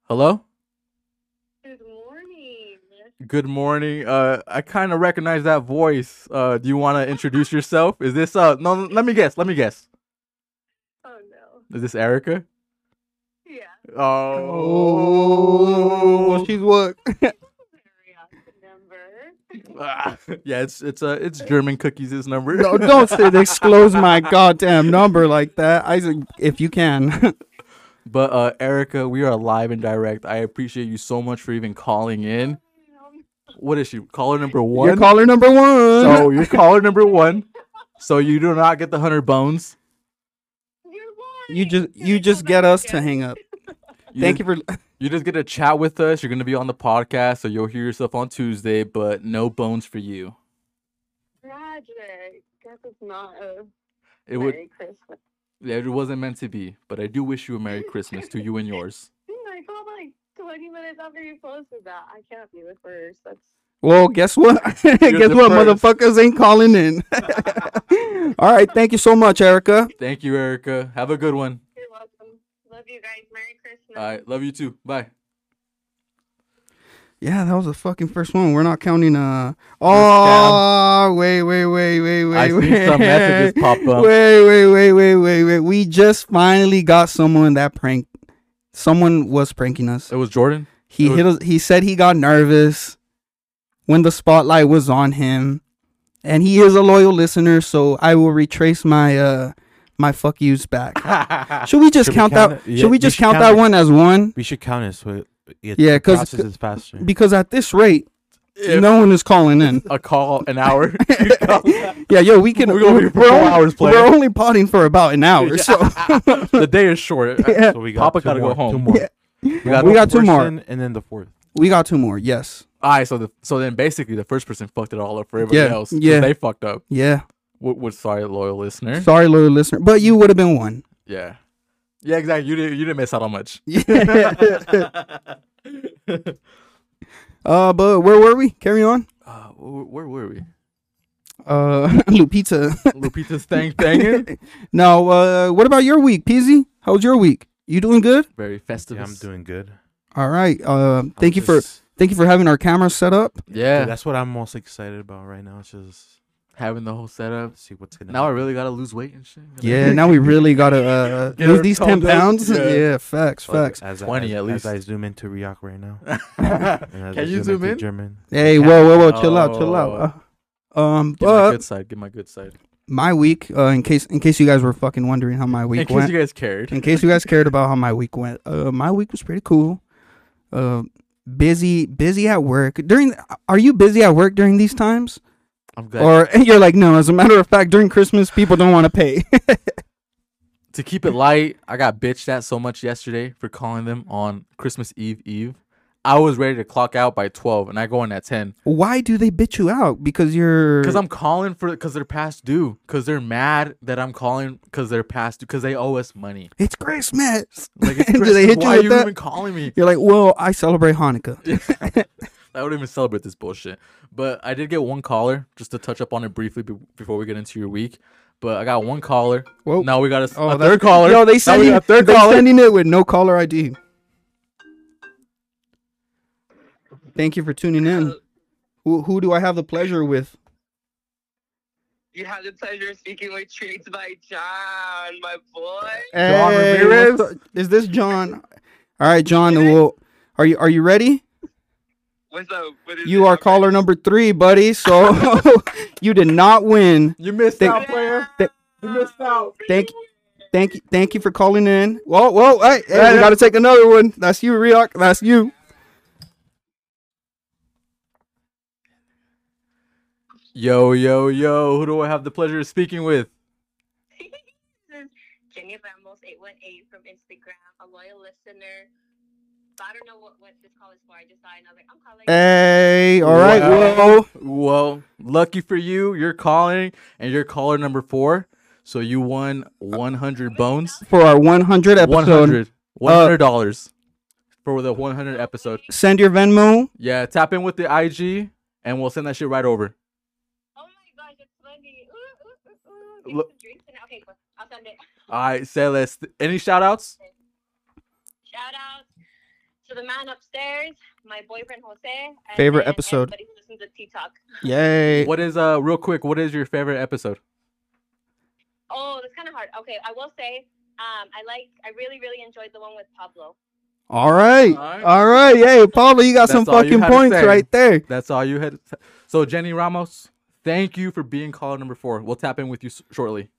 Hello. Good morning. Good morning. Uh, I kind of recognize that voice. Uh, do you want to introduce yourself? Is this uh? No, no, let me guess. Let me guess. Oh no. Is this Erica? Yeah. Oh, she's *laughs* what? Very awesome number. Ah, *laughs* yeah. It's it's uh it's German cookies. His number. No, Oh, don't say disclose my goddamn number like that, Isaac. If you can. *laughs* *laughs* But uh, Erica, we are live and direct. I appreciate you so much for even calling in. Um, What is she? Caller number one. You're caller number one. so you're caller number one. So you do not get the hundred bones. You're lying. *laughs* you just Can you I just call get back us to again? hang up. You Thank just, you for You just get to chat with us. You're gonna be on the podcast, so you'll hear yourself on Tuesday. But no bones for you. Tragic. Guess it's not a It would. Merry Christmas. It wasn't meant to be. But I do wish you a Merry Christmas to you and yours. I called like 20 minutes after you posted that. I can't be the first. That's Well, guess what? *laughs* guess the what? first. Motherfuckers ain't calling in. *laughs* All right, thank you so much, Erica. Thank you, Erica. Have a good one. you're welcome. Love you guys. Merry Christmas. All right. Love you too. Bye. Yeah, that was the fucking first one. We're not counting. Uh. Oh, wait, wait, wait, wait, wait. I wait. see some messages pop up. Wait, wait, wait, wait, wait, wait. We just finally got someone that pranked. Someone was pranking us. It was Jordan. He it was- hit us. He said he got nervous when the spotlight was on him, and he is a loyal listener. So I will retrace my uh my fuck yous back. *laughs* Should we just Should we count, count that? it? Yeah, should we we just should count count that it. one as one? We should count it so it, it Yeah, 'cause- processes faster. Because at this rate, If no one is calling in. a call an hour. *laughs* *laughs* yeah, yo, we can. We're gonna be we're four only- hours playing. We're only potting for about an hour, so *laughs* the day is short. yeah, so we Papa two gotta go more, Two home. more. Yeah. We We one got two more. person and then the fourth. we got two more. Yes, All right, so the, so then basically the first person fucked it all up for everybody Yeah, else. 'cause yeah. they fucked up. yeah. What? What? Sorry, loyal listener. Sorry, loyal listener, but you would have been *laughs* one. yeah, yeah, exactly. You didn't you didn't miss out on much. uh, but where were we? Carry on. Uh, wh- where were *laughs* we? Uh, *laughs* Lupita. Lupita's thing *laughs* thinging. Now, uh, what about your week, Peasy? How was your week? You doing good? *laughs* Very festive. Yeah, I'm doing good. All right. Uh, thank you I'm for just- thank you for having our camera set *laughs* up. Yeah, Dude, that's what I'm most excited about right now. It's just having the whole setup. see what's gonna. Now I happen. really gotta lose weight and shit. *laughs* Gotta- Yeah. Now we really gotta uh, Get lose her these ten toned up. pounds. Yeah. Yeah. Facts. Like, Facts. as I- 20 as- at least. As I zoom into Riak right now. and as I Can you zoom into in? German. Hey, whoa, whoa, whoa! Chill out. Chill out. Oh. Uh, um, Get my but good side. Get my good side. my week, uh, in case in case you guys were fucking wondering how my In week case went, you guys cared. in case you guys cared about how my week went, uh, my week was pretty cool. Uh, busy, busy at work. During, are you busy at work during these times? I'm glad. or *laughs* you're like, no. As a matter of fact, during Christmas, people don't want to pay. *laughs* to keep it light, I got bitched at so much yesterday for calling them on Christmas Eve Eve. I was ready to clock out by 12 and I go in at 10 Why do they bitch you out? Because you're because I'm calling for because they're past due because they're mad that I'm calling because they're past due because they owe us money. It's Christmas. *laughs* Like, it's Do they Christmas, hit you why are with you that? even calling me? You're like, well, I celebrate Hanukkah. *laughs* I don't even celebrate this bullshit. But I did get one caller just to touch up on it briefly be- before we get into your week. But I got one caller. Whoa. Now we got a, s- Oh, a that's- third caller. Yo, Now they we sending got a third they caller. sending it with no caller ID. Thank you for tuning in. Who, who do I have the pleasure with? You had the pleasure of speaking with Treats by John, my boy. John Hey, Ramirez? what's up? Is this John? All right, John. Well, are you are you ready? What's up? What is You this are number? caller number three, buddy. So *laughs* you did not win. you missed They- out, player. Th- You missed out. Thank Thank you, thank you for calling in. Whoa, whoa, hey, hey, we gotta take another one. That's you, Riok. That's you. Yo, yo, yo. Who do I have the pleasure of speaking with? This is Jenny Ramos, 818 from Instagram, a loyal listener. But I don't know what, what this call is for. I just saw it and I was like, I'm calling. Hey, all right, Wow. whoa. Well, lucky for you, you're calling and you're caller number four. So you won 100 bones. For our 100 episode, 100 $100 for the 100 episode. send your Venmo. Yeah, tap in with the IG and we'll send that shit right over. oh my gosh, it's funny. Ooh, ooh, ooh, ooh. Take Look- some drinks and okay, cool. I'll send it. All right, Celeste. Any shout outs? Shout out to the man upstairs, my boyfriend Jose. And Favorite then episode. Everybody who listens to Tea Talk. Yay. What is, uh, real quick, what is your favorite episode? Oh, that's kind of hard. Okay, I will say, um, I like, I really, really enjoyed the one with Pablo. All right. All right. All right. Hey, Pablo, you got That's some all you fucking had to points say. right there. That's all you had. So, Jenny Ramos, thank you for being caller number four. We'll tap in with you s- shortly.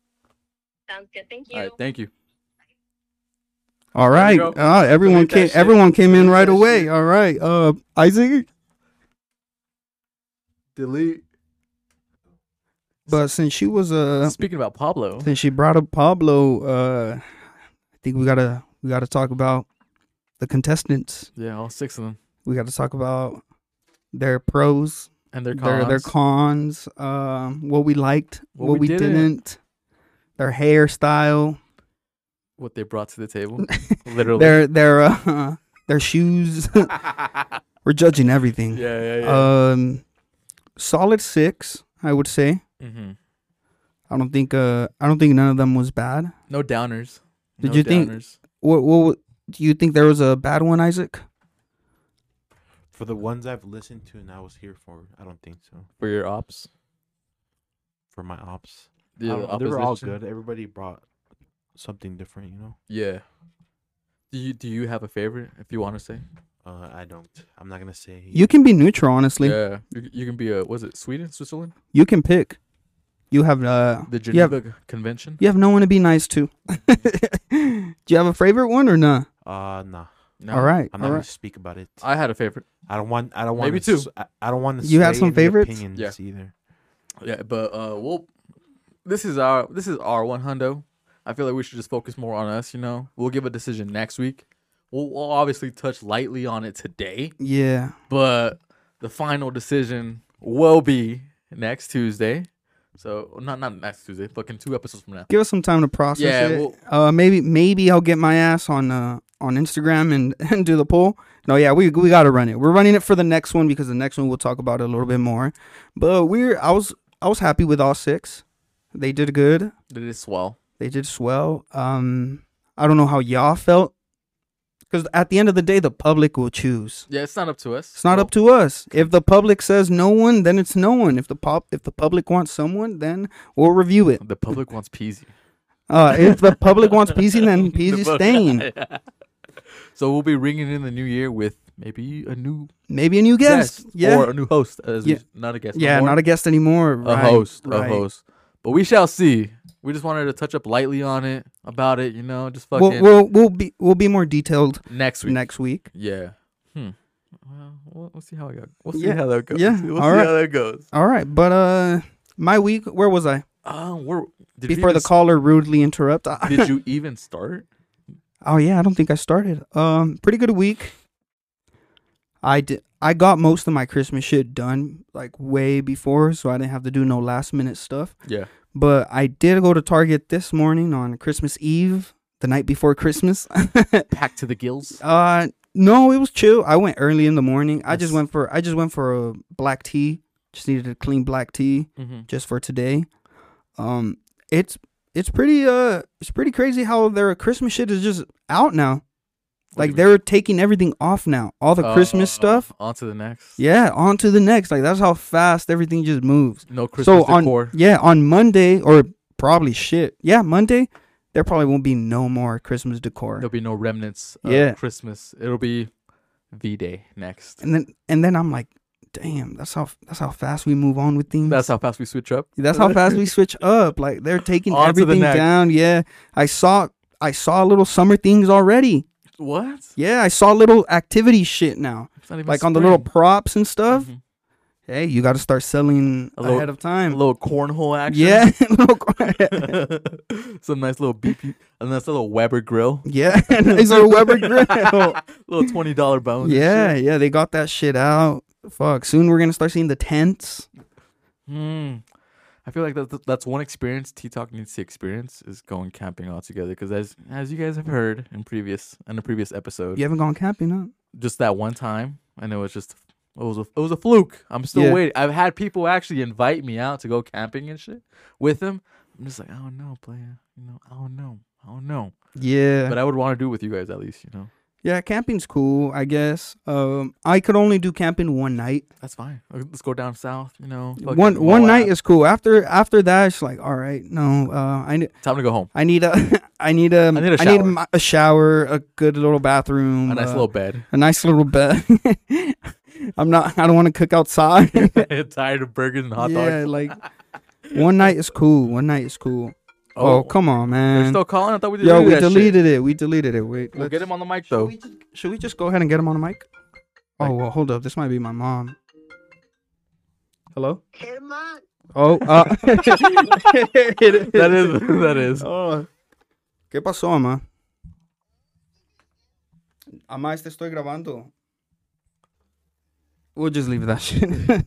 Sounds good. Thank you. All right, thank you. All There right. you go. Ah, everyone Delete that came shit. everyone came in Delete right that away. shit. All right. Uh Isaac, Delete. but since she was uh Speaking about Pablo, since she brought up Pablo, uh I think we got to we got to talk about the contestants. yeah, all six of them We got to talk about their pros, and their their cons. their cons, um what we liked, what, we, didn't. their hairstyle, what they brought to *laughs* the table, literally. their their uh, *laughs* their shoes. *laughs* *laughs* yeah, We're judging everything. *laughs* yeah, yeah. Um, solid six, I would say. Mhm. I don't think uh, I don't think none of them was bad. No downers. Did No you think- downers. What, what do you think there was a bad one, Isaac? For the ones I've listened to and I was here for, I don't think so. for your ops? For my ops, I Yeah, don't know, the Oh, they were all opposition? good. Everybody brought something different, you know. Yeah. Do you do you have a favorite if you want to say? Uh, I don't. I'm not gonna say. You can be neutral, honestly. Yeah, you, you can be a was it Sweden, Switzerland, You can pick. You have uh, the you have Geneva Convention. you have no one to be nice to. *laughs* do you have a favorite one or not? Uh, nah. No, All right, I'm not all gonna right. speak about it. I had a favorite. I don't want. I don't want. Maybe two. I, I don't want to. You have some favorites? Opinions Yeah. Either. Yeah, but uh, well, this is our this is our one hundo. I feel like we should just focus more on us. You know, we'll give a decision next week. We'll, we'll obviously touch lightly on it today, Yeah, but the final decision will be next Tuesday. So not not next Tuesday, fucking two episodes from now. give us some time to process Yeah, it. uh, maybe maybe I'll get my ass on uh on Instagram and *laughs* and do the poll. No, yeah, we we gotta run it. We're running it for the next one because the next one we'll talk about it a little bit more. But we're I was I was happy with all six. They did good. Did it swell? They did swell. Um, I don't know how y'all felt because at the end of the day, the public will choose. Yeah, it's not up to us. It's not up to us. If the public says no one, then it's no one. If the pop, if the public wants someone, then we'll review it. the public *laughs* wants peasy. Uh, if the public wants Peasy, then *laughs* The Peasy's vote. staying. *laughs* So we'll be ringing in the new year with maybe a new Maybe a new guest. Yeah. or a new host. As we- Yeah. not a guest. yeah, anymore. not a guest anymore. a right, host, right. a host. But we shall see. We just wanted to touch up lightly on it, about it, you know, just We'll, fucking we'll we'll be we'll be more detailed next week. next week. Yeah. Hmm. Well, we'll, we'll see how it goes. We'll see Yeah. how that goes. Yeah. *laughs* We'll All see right. how that goes. All right, but uh, my week. Where was I Uh, we're, did we before even the s- caller rudely interrupt? *laughs* *laughs* did you even start? oh yeah, I don't think I started. Um, pretty good week. I did. I got most of my Christmas shit done like way before, so I didn't have to do no last minute stuff. Yeah. But I did go to Target this morning on Christmas Eve, the night before Christmas. *laughs* Packed to the gills. Uh no, it was chill. I went early in the morning. I just Yes. went for I just went for a black tea. Just needed a clean black tea Mm-hmm. just for today. Um it's it's pretty uh it's pretty crazy how their Christmas shit is just out now. Like they're taking everything off now. All the Christmas Oh. stuff. Uh, On to the next. Yeah, on to the next. Like that's how fast everything just moves. No Christmas so on decor. yeah, on Monday or probably shit. Yeah, Monday there probably won't be no more Christmas decor. There'll be no remnants of Yeah. Christmas. It'll be V Day next. and then and then I'm like, damn, that's how that's how fast we move on with things. That's how fast we switch up. That's how fast we switch up. Like they're taking On to the everything next. down. Yeah, I saw I saw little summer things already. *laughs* What? It's Yeah, I saw little activity shit now, not even like on the little spring. props and stuff. Mhm. Hey, you got to start selling A little- ahead of A time. little cornhole action. yeah, *laughs* little cor- *laughs* Some nice little BP, a nice little Weber grill. *laughs* yeah, *laughs* nice little Weber grill. little twenty dollar *laughs* bonus. Yeah, yeah, they got that shit out. Fuck, soon we're gonna start seeing the tents. Hmm. I feel like that's that's one experience T Talk needs to experience is going camping all together. Because as as you guys have heard in previous in the previous episode, You haven't gone camping, huh? just that one time, and it was just it was a, it was a fluke. I'm still Yeah. waiting. I've had people actually invite me out to go camping and shit with them. I'm just like, I don't know, player. You know, I don't know, I don't know. Yeah, But I would want to do it with you guys at least. You know, yeah, camping's cool, I guess. Um, I could only do camping one night. that's fine. Uh, Let's go down south. You know, fucking one one night Moab. is cool. After after that, it's like, all right, no, uh, I need time to go home. I need a *laughs* I need a I need a I need shower. my- a shower, a good little bathroom, A nice uh, little *laughs* bed. *laughs* a nice little bed. *laughs* I'm not. I don't want to cook outside. *laughs* Tired of burgers and *laughs* hot yeah, dogs. *laughs* like one night is cool. One night is cool. Oh, come on, They're man. still calling. I thought we deleted Yo, we that shit. deleted it. We deleted it. Wait, We'll let's- get him on the mic Should though. we, just, should we just go ahead and get him on the mic? Oh, Like- well, hold up. This might be my mom. Hello? Hey, man. Oh, uh. *laughs* *laughs* That is *laughs* that is. Oh. ¿Qué pasó, mamá? Amá, este estoy grabando. We'll just leave that *laughs* shit. so,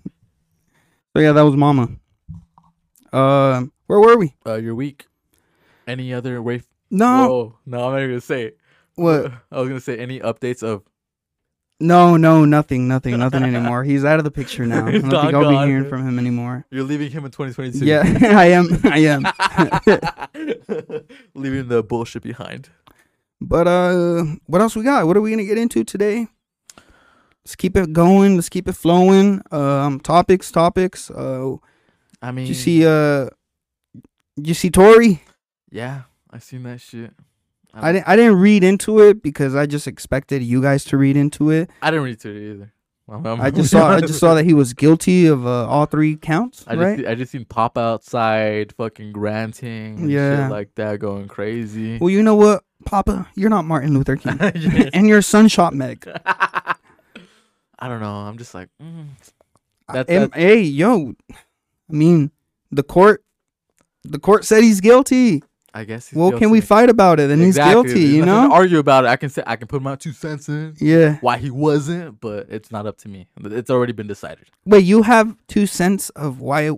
yeah, that was mama. Um, where were we? Uh, you're weak. Any other way? F- No. Whoa, no, I'm not even gonna say it. What? I was gonna say any updates of No, no, nothing, nothing, *laughs* nothing anymore. He's out of the picture *laughs* now. I He's don't think not I'll gone. be hearing from him anymore. you're leaving him in 2022. Yeah, *laughs* I am. I am. *laughs* leaving the bullshit behind. But uh, what else we got? What are we gonna get into today? Let's keep it going. Let's keep it flowing. Um, topics, topics. Uh, I mean, did you see uh, did you see Tori? Yeah, I seen that shit. I didn't. I didn't read into it because I just expected you guys to read into it. I didn't read through it either. I'm- I'm- *laughs* I just saw. I just saw that he was guilty of uh, all three counts. I just, right. see- I just seen pop outside, fucking granting, and Yeah. shit like that, going crazy. well, you know what, Papa, you're not Martin Luther *laughs* King, Yeah. and you're a Sunshot Meg. *laughs* I don't know. I'm just like, mm. That's, That's- that's- Uh, hey, yo, I mean, the court, the court said he's guilty. I guess. He's Well, can we guilty. fight about it? And Exactly. he's guilty, There's you nothing to know? argue about it. I can say I can put my two cents in Yeah. why he wasn't, but it's not up to me. It's already been decided. Wait, you have two cents of why I-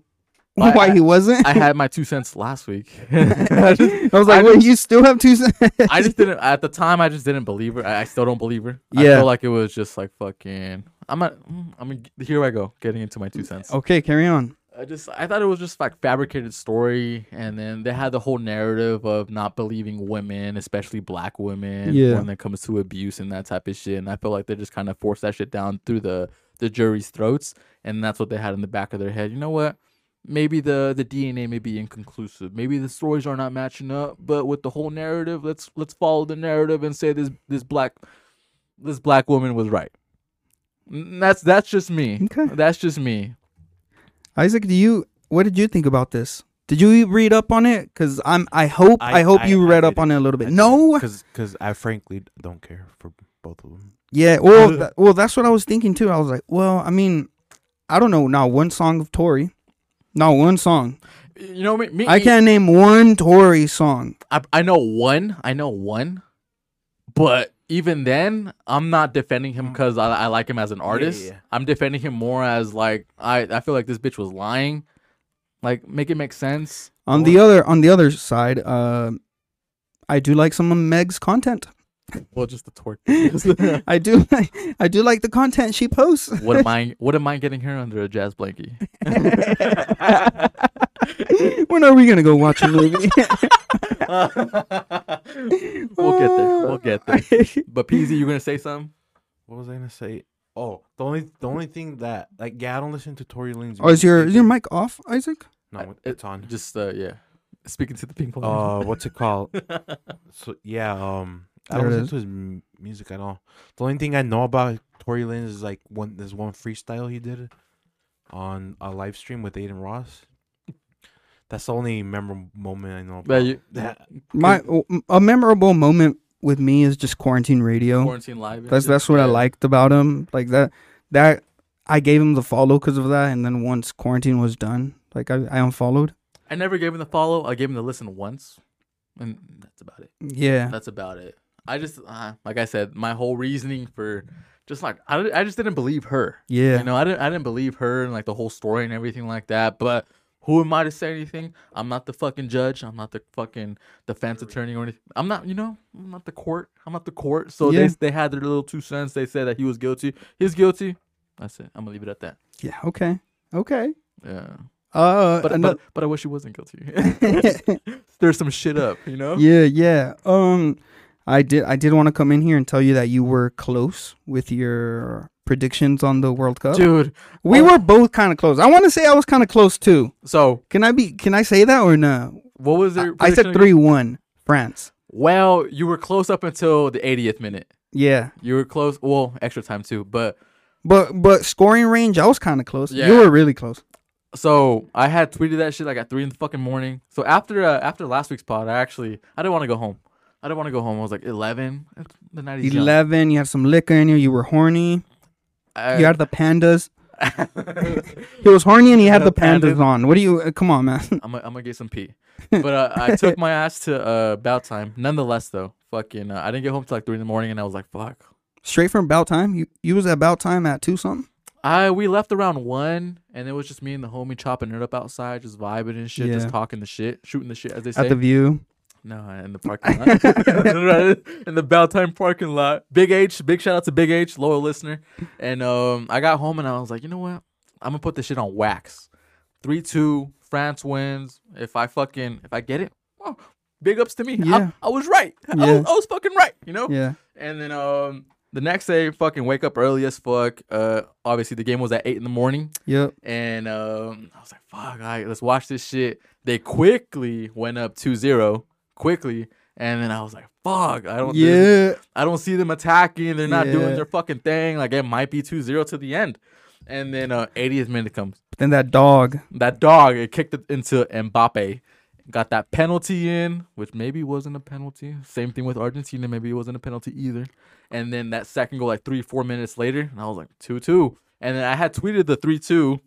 why he wasn't? *laughs* I *laughs* I, had my two cents last week. *laughs* I *laughs* just- was like, I wait, just- you still have two cents? *laughs* I just didn't at the time. I just didn't believe her. I, I still don't believe her. I Yeah. feel like it was just like fucking. I'm not. mm, I mean, here I go getting into my two *laughs* cents. okay, carry on. I just I thought it was just like fabricated story, and then they had the whole narrative of not believing women, especially black women, Yeah. when it comes to abuse and that type of shit. And I feel like they just kind of forced that shit down through the the jury's throats, and that's what they had in the back of their head. You know what? Maybe the the DNA may be inconclusive. Maybe the stories are not matching up. But with the whole narrative, let's let's follow the narrative and say this this black this black woman was right. N- That's that's just me. Okay. That's just me. Isaac, do you what did you think about this? Did you read up on it? Cuz I'm I hope I, hope you read up on it a little bit. No. because I frankly don't care for both of *laughs* them. *laughs* Yeah, well tha- well that's what I was thinking too. I was like, well, I mean, I don't know, not one song of Tory. Not one song. You know me. me I can't name one Tory song. I, I know one. I know one. But even then, I'm not defending him because I, I like him as an artist. yeah. I'm defending him more as like I, I feel like this bitch was lying. Like make it make sense. On the other on the other side, uh, I do like some of Meg's *laughs* content. Well, just the twerk. I do *laughs* like I do like the content she posts. *laughs* *laughs* what am I? What am I getting her under a jazz blankie? when are we gonna go watch a *laughs* movie? we'll get there. We'll get there. But PZ, you gonna say something? What was I gonna say? Oh, the only the only thing that like yeah, I don't listen to Tory Lanez. *laughs* oh, is your music is your either. mic off, Isaac? No, it's on. Just uh, yeah. Speaking to the ping pong. Uh, what's it called? *laughs* so yeah, um, I There don't it listen is. to his m- music at all. The only thing I know about Tory Lanez is like one this one freestyle he did on a live stream with Aiden Ross. That's the only memorable moment I know. Yeah, About. you- That- My a memorable moment with me is just quarantine radio. quarantine live. and That's shit. that's what I Yeah. liked about him. Like that that I gave him the follow because of that, and then once quarantine was done, like I, I unfollowed. I never gave him the follow. I gave him the listen once, and that's about it. Yeah, *laughs* That's about it. I just, uh, like I said, my whole reasoning for just like I, di- I just didn't believe her. yeah, You know, I didn't I didn't believe her and like the whole story and everything like that. But who am I to say anything? I'm not the fucking judge. I'm not the fucking defense attorney or anything. I'm not, you know, I'm not the court. I'm not the court. So Yeah. they they had their little two cents. They said that he was guilty. He's guilty. That's it. I'm gonna leave it at that. yeah. Okay, okay. Yeah. Uh, But ano- but, but I wish he wasn't guilty. *laughs* *laughs* There's some shit up, you know? yeah, yeah. Um, I did. I did want to come in here and tell you that you were close with your predictions on the World Cup. Dude. we oh. were both kind of close. I want to say I was kind of close too. So Can I be? Can I say that or no? what was I, their I prediction said again? three one France. Well, you were close up until the 80th minute. Yeah, You were close. Well, extra time too, but but but scoring range, I was kind of close. You Yeah. were really close. So I had tweeted that shit like at three in the fucking morning. So after uh, after last week's pod, I actually I didn't want to go home. I didn't want to go home. I was like eleven. The night is young. Eleven. You had some liquor in you. You were horny. I- *laughs* You had the pandas. He was horny and he had The the pandas pandas. on. What do you? uh, Come on, man. *laughs* I'm gonna I'm gonna get some pee. But uh, I took my ass to uh, bout time. Nonetheless, though, fucking, uh, I didn't get home till like three in the morning, and I was like, fuck. Straight from about time. You you was at about time at two something. I we left around one, and it was just me and the homie chopping it up outside, just vibing and shit, just Yeah. talking the shit, shooting the shit as they say. At the view. No, in the parking lot. *laughs* *laughs* in the Baltime parking lot. Big H, big shout out to Big H, loyal listener. And um, I got home and I was like, you know what? I'm gonna put this shit on wax. Three two, France wins. If I fucking if I get it, oh, big ups to me. I- Yeah. I, was right. I, Yeah. was, I was fucking right. You know. Yeah. And then um, the next day, fucking wake up early as fuck. Uh, obviously the game was at eight in the morning. Yep. And um, I was like, fuck, all right, let's watch this shit. They quickly went up 2-0, quickly. And then I was like, fuck, I don't there's- Yeah. I don't see them attacking. They're not Yeah. doing their fucking thing. Like it might be 2-0 to the end. And then uh, 80th minute comes. Then that dog. That dog, it kicked it into Mbappe. Got that penalty in, which maybe wasn't a penalty. Same thing with Argentina, maybe it wasn't a penalty either. And then that second goal, like three, four minutes later, and I was like, 2 2. And then I had tweeted the 3 2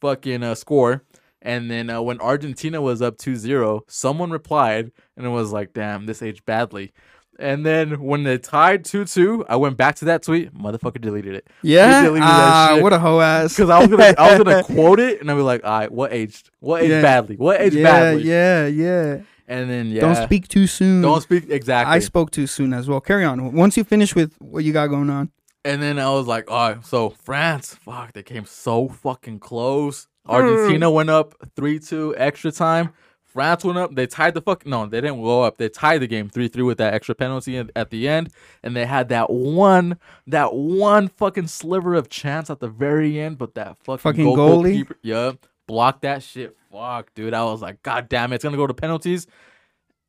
fucking uh, score. And then uh, when Argentina was up 2 0, someone replied and it was like, damn, this aged badly. And then when they tied 2 2, I went back to that tweet. Motherfucker deleted it. Yeah. deleted that Ah, shit. what a hoe ass. Because I was gonna, I was *laughs* gonna quote it, and I'd be like, "All right, what aged? What aged Yeah. badly? What aged yeah, badly?" yeah, yeah. And then yeah, Don't speak too soon. Don't speak exactly. I spoke too soon as well. Carry on. Once you finish with what you got going on. and then I was like, "All right, so France, fuck, they came so fucking close. Hmm. Argentina went up three two extra time. France went up. They tied the fuck. No, they didn't go up. They tied the game three three with that extra penalty at- at the end, and they had that one, that one fucking sliver of chance at the very end, but that fucking, Fucking goal- goalie? goalkeeper- yup, blocked that shit. Fuck, dude. I was like, God damn it, it's gonna go to penalties.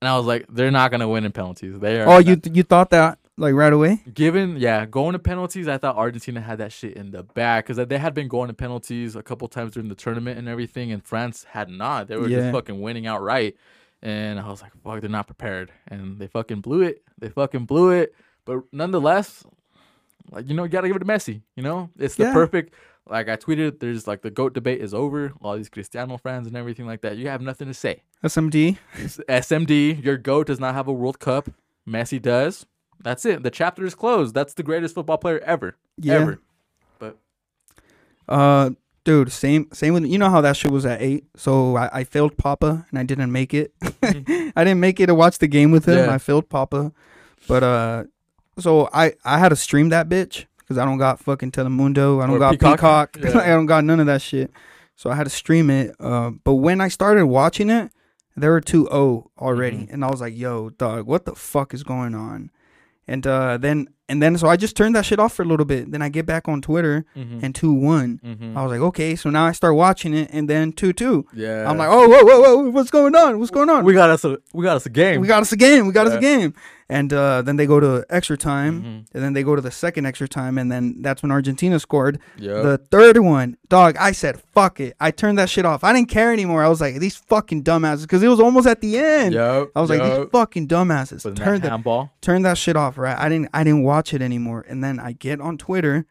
And I was like, they're not gonna win in penalties. They are. Oh, you you thought that like right away? Given, yeah, going to penalties, I thought Argentina had that shit in the bag because they had been going to penalties a couple times during the tournament and everything, and France had not. They were Yeah. just fucking winning outright. And I was like, fuck, they're not prepared. And they fucking blew it. They fucking blew it. But nonetheless, like, you know, you got to give it to Messi, you know? It's the Yeah. perfect. Like I tweeted, there's like the GOAT debate is over. All these Cristiano fans and everything like that. You have nothing to say. SMD. SMD, your GOAT does not have a World Cup. Messi does. That's it. The chapter is closed. That's the greatest football player ever. Yeah. Ever. But Uh, dude, same same with you know how that shit was at eight. So I, I failed Papa and I didn't make it. *laughs* I didn't make it to watch the game with him. Mm-hmm. Yeah. I failed Papa, but uh, so I I had to stream that bitch because I don't got fucking Telemundo. I don't Or got Peacock? Peacock. *laughs* Yeah. I don't got none of that shit. So I had to stream it. Uh, but when I started watching it, there were two O already, Mm-hmm. and I was like, "Yo, dog, what the fuck is going on?" And uh, then and then so I just turned that shit off for a little bit. Then I get back on Twitter Mhm. and two one. Mm-hmm. I was like, okay, so now I start watching it, and then two two. yeah. I'm like, oh, whoa, whoa, whoa, what's going on? What's going on? we got us a we got us a game. We got us a game. We got us a Yeah. game. And uh, then they go to extra time, Mhm. and then they go to the second extra time, and then that's when Argentina scored Yep. the third one. Dog, I said, fuck it. I turned that shit off. I didn't care anymore. I was like, these fucking dumbasses, because it was almost at the end. Yep, I was like, these yep. fucking dumbasses. Wasn't that Turn that handball. turn that shit off, right? I didn't I didn't watch it anymore. And then I get on Twitter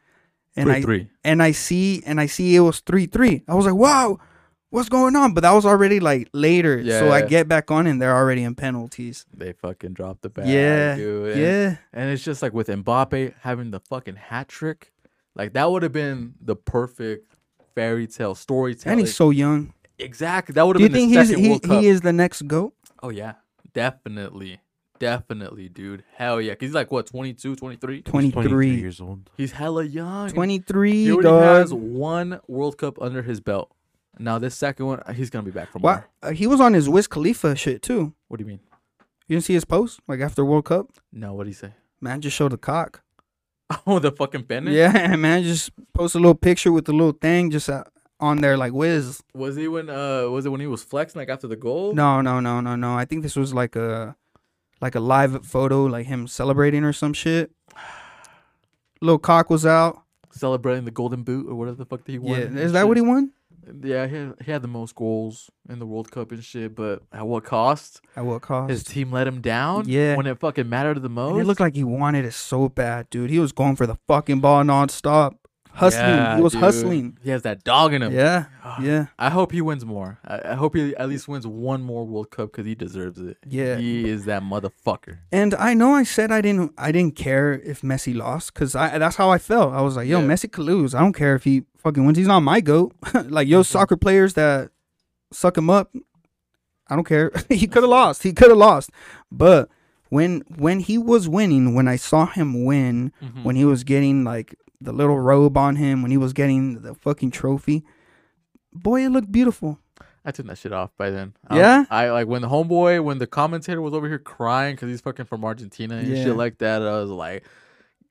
and I three. and I see and I see it was three three. I was like, wow, what's going on? But that was already like later. So I Yeah. get back on and they're already in penalties. They fucking dropped the bag, yeah, dude. And- yeah, And it's just like with Mbappe having the fucking hat trick, like that would have been the perfect fairy tale storytelling. and he's so young. exactly that would Do you have been think the he's second he, World Cup. he is the next goat? oh yeah, definitely, definitely, dude. Hell yeah, 'Cause he's like what 22, 23? He's 23 23. years old. He's hella young. 23, He already dog. has one World Cup under his belt. Now this second one, uh, he's gonna be back from What? what? Uh, he was on his Wiz Khalifa shit too. What do you mean? You didn't see his post like after World Cup? No, what do you say? *laughs* Man, just showed the cock. Oh, the fucking Bennett. Yeah, *laughs* man, just post a little picture with the little thing just uh, on there like Wiz. Was he when? Uh, was it when he was flexing like after the goal? No, no, no, no, no. I think this was like a like a live photo, like him celebrating or some *sighs* shit. Little cock was out. celebrating the Golden Boot or whatever the fuck that he won. yeah, is that what he won? Yeah, he had, he had the most goals in the World Cup and shit, but at what cost? At what cost? His team let him down. Yeah. when it fucking mattered the most. And it looked like he wanted it so bad, dude. He was going for the fucking ball nonstop, hustling. he was dude. hustling. He has that dog in him. Yeah, yeah. I hope he wins more. I, I hope he at least wins one more World Cup because he deserves it. Yeah. he is that motherfucker. And I know I said I didn't I didn't care if Messi lost because I that's how I felt. I was like, yo, Yeah. Messi could lose. I don't care if he fucking wins. He's not my goat. *laughs* like Mm-hmm. yo, soccer players that suck him up. I don't care. *laughs* he could have lost. He could have lost. But when when he was winning, when I saw him win, Mm-hmm. Hmm. when he was getting like the little robe on him, when he was getting the fucking trophy, boy, it looked beautiful. I took that shit off by then. I- Yeah? I like when the homeboy, when the commentator was over here crying because he's fucking from Argentina and Yeah. shit like that. I was like,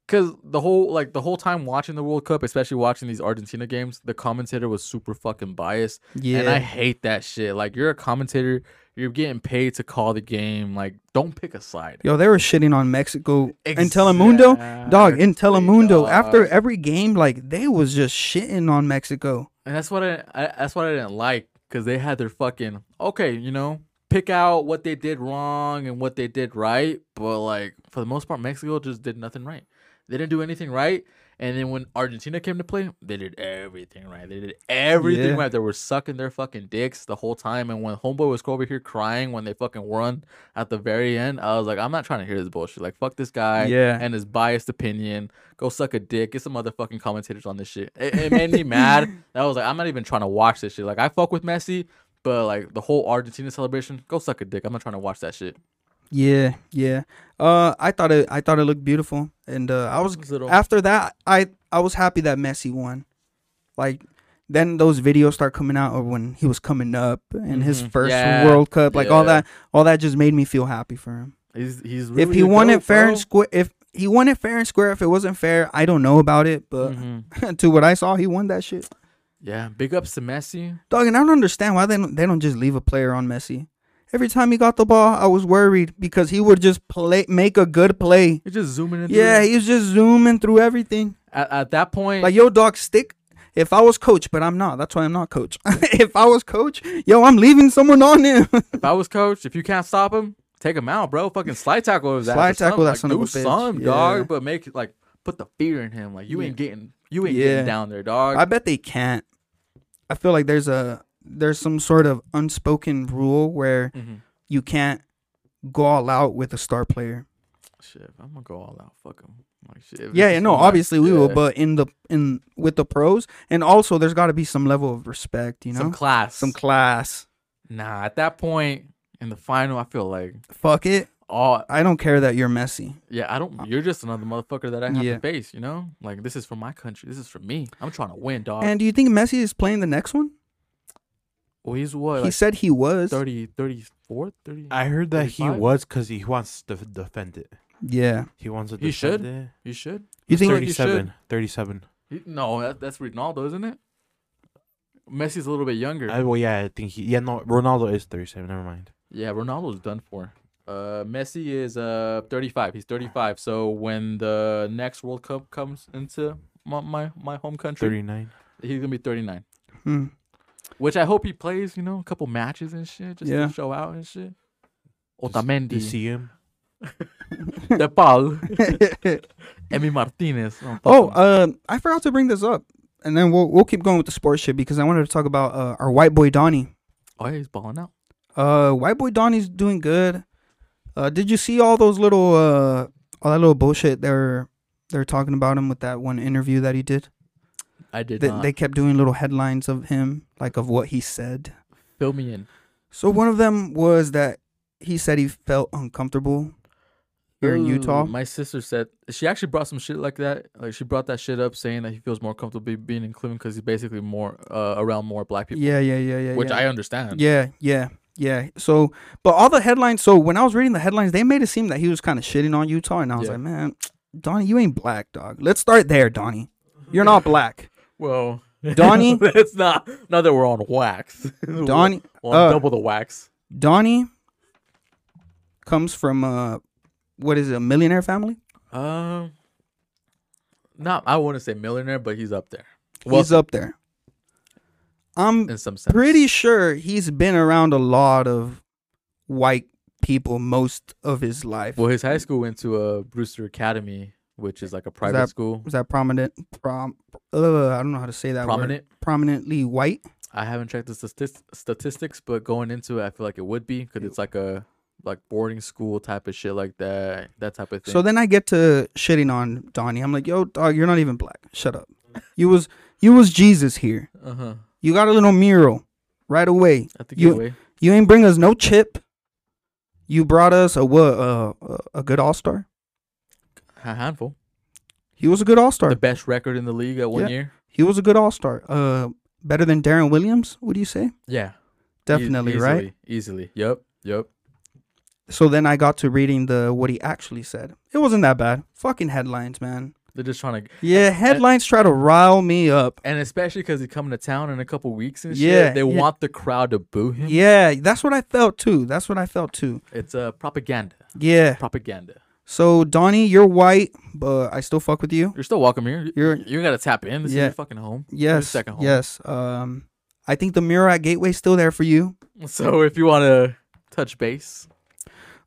because the whole like the whole time watching the World Cup, especially watching these Argentina games, the commentator was super fucking biased, Yeah. and I hate that shit. Like you're a commentator, you're getting paid to call the game. Like don't pick a side. Yo, they were shitting on Mexico. and Telemundo, dog, in Exactly, Telemundo, after e- dog. every game, like they was just shitting on Mexico. And that's what I, I that's what I didn't like because they had their fucking okay, you know, pick out what they did wrong and what they did right. But like for the most part, Mexico just did nothing right. They didn't do anything right. And then when Argentina came to play, they did everything right. They did everything Yeah. right. They were sucking their fucking dicks the whole time. And when homeboy was over here crying when they fucking won at the very end, I was like, I'm not trying to hear this bullshit. Like, fuck this guy Yeah. and his biased opinion. Go suck a dick. Get some motherfucking commentators on this shit. It, it *laughs* made me mad. That I was like, I'm not even trying to watch this shit. Like, I fuck with Messi, but like the whole Argentina celebration, go suck a dick. I'm not trying to watch that shit. Yeah, yeah. Uh, I thought it, I thought it looked beautiful, and uh, I was It's little- after that, I I was happy that Messi won. Like, then those videos start coming out of when he was coming up and his Mhm. first Yeah, World Cup, like all yeah. that, all that just made me feel happy for him. He's he's if really he a won goat, it fair bro. and square, if he won it fair and square, if it wasn't fair, I don't know about it, but *laughs* Mhm. to what I saw, he won that shit. Yeah, big ups to Messi. Dog, and I don't understand why they don't, they don't just leave a player on Messi. Every time he got the ball, I was worried because he would just play, make a good play. He's just zooming in. Yeah, through. he was just zooming through everything. at, at that point, Like, yo, dog, stick. If I was coach, but I'm not. That's why I'm not coach. *laughs* if I was coach, yo, I'm leaving someone on him. if I was coach, if you can't stop him, take him out, bro. Fucking slide tackle his ass. Slide or something. tackle that Like, son of a do bitch. something, Yeah. dog. But make it like put the fear in him. Like you ain't getting, you ain't Yeah. getting down there, dog. I bet they can't. I feel like there's a there's some sort of unspoken rule where Mhm. you can't go all out with a star player. Shit, I'm gonna go all out. Fuck him. Like shit. if Yeah, it's yeah, too no, much, obviously we will, yeah. but in the in with the pros, and also there's got to be some level of respect, you know, some class, some class. Nah, at that point in the final, I feel like Fuck it, all I don't care that you're messy. yeah, I don't. You're just another motherfucker that I have Uh, Yeah. to face. You know, like this is for my country. This is for me. I'm trying to win, dog. And do you think Messi is playing the next one? well, he's what he like said he was. 30, 34, 30. I heard that he 35? was because he wants to f- defend it. Yeah. He wants to defend He should. it. you should. You think? he should. 37. 37. He- no, that, that's Ronaldo, isn't it? Messi's a little bit younger. I, well, yeah, I think he. Yeah, no, Ronaldo is 37. Never mind. Yeah, Ronaldo's done for. Uh, Messi is uh 35. He's 35. So when the next World Cup comes into my my, my home country, 39. he's gonna be 39. *laughs* Hmm. Which I hope he plays. You know, a couple matches and shit, just Yeah. to show out and shit. Just to Otamendi, see him. *laughs* De Paul. Emi Martinez. Oh, fuck *laughs* Oh, him. uh, I forgot to bring this up, and then we'll we'll keep going with the sports shit because I wanted to talk about uh, our white boy Donnie. oh, yeah, he's balling out. Uh, white boy Donnie's doing good. Uh, did you see all those little uh all that little bullshit they're they're talking about him with that one interview that he did? I did They, not. they kept doing little headlines of him, like of what he said. Fill me in. So one of them was that he said he felt uncomfortable here in Ooh, Utah. My sister said she actually brought some shit like that. Like she brought that shit up, saying that he feels more comfortable be- being in Cleveland because he's basically more uh, around more black people, Yeah, yeah, yeah, yeah. which yeah. I understand. Yeah, yeah, yeah. So, but all the headlines. So when I was reading the headlines, they made it seem that he was kind of shitting on Utah, and I was Yeah. like, man, Donnie, you ain't black, dog. Let's start there, Donnie. You're not *laughs* black, Well, *laughs* Donnie? it's not. Now that we're on wax, *laughs* Donnie. We're on uh, double the wax. Donnie comes from uh, what is it, a millionaire family? Um, not. I wouldn't say millionaire, but he's up there. He's up there. I'm in some sense. pretty sure he's been around a lot of white people most of his life. Well, his high school went to a Brewster Academy, which is like a private that school. was that prominent? Prom? Uh, I don't know how to say that. word. Prominent. Prominently white. I haven't checked the statis- statistics, but going into it, I feel like it would be because it's like a like boarding school type of shit like that, that type of thing. So then I get to shitting on Donnie. I'm like, yo, dog, you're not even black. Shut up. You was you was Jesus here. uh huh. You got a little mural right away. At the You- giveaway, You ain't bring us no chip. You brought us a what? Uh, a- a good all star. a handful. He was a good all star. The best record in the league at one Yeah. year. He was a good all star. Uh, better than Darren Williams. Would you say? Yeah, E- Definitely, right? Easily, easily. Yep, yep. So then I got to reading the what he actually said. It wasn't that bad. Fucking headlines, man. They're just trying to, Yeah, headlines try to rile me up. and especially because he's coming to town in a couple weeks and shit. Yeah, they yeah. want the crowd to boo him. Yeah, that's what I felt too. That's what I felt too. It's uh, propaganda. Yeah. Propaganda. So Donnie, you're white, but I still fuck with you. You're still welcome here. You're- you gotta tap in. This is Yeah. your fucking home. *laughs* Your Yes. second home. Yes. Um, I think the mural at Gateway's still there for you. So if you wanna touch base,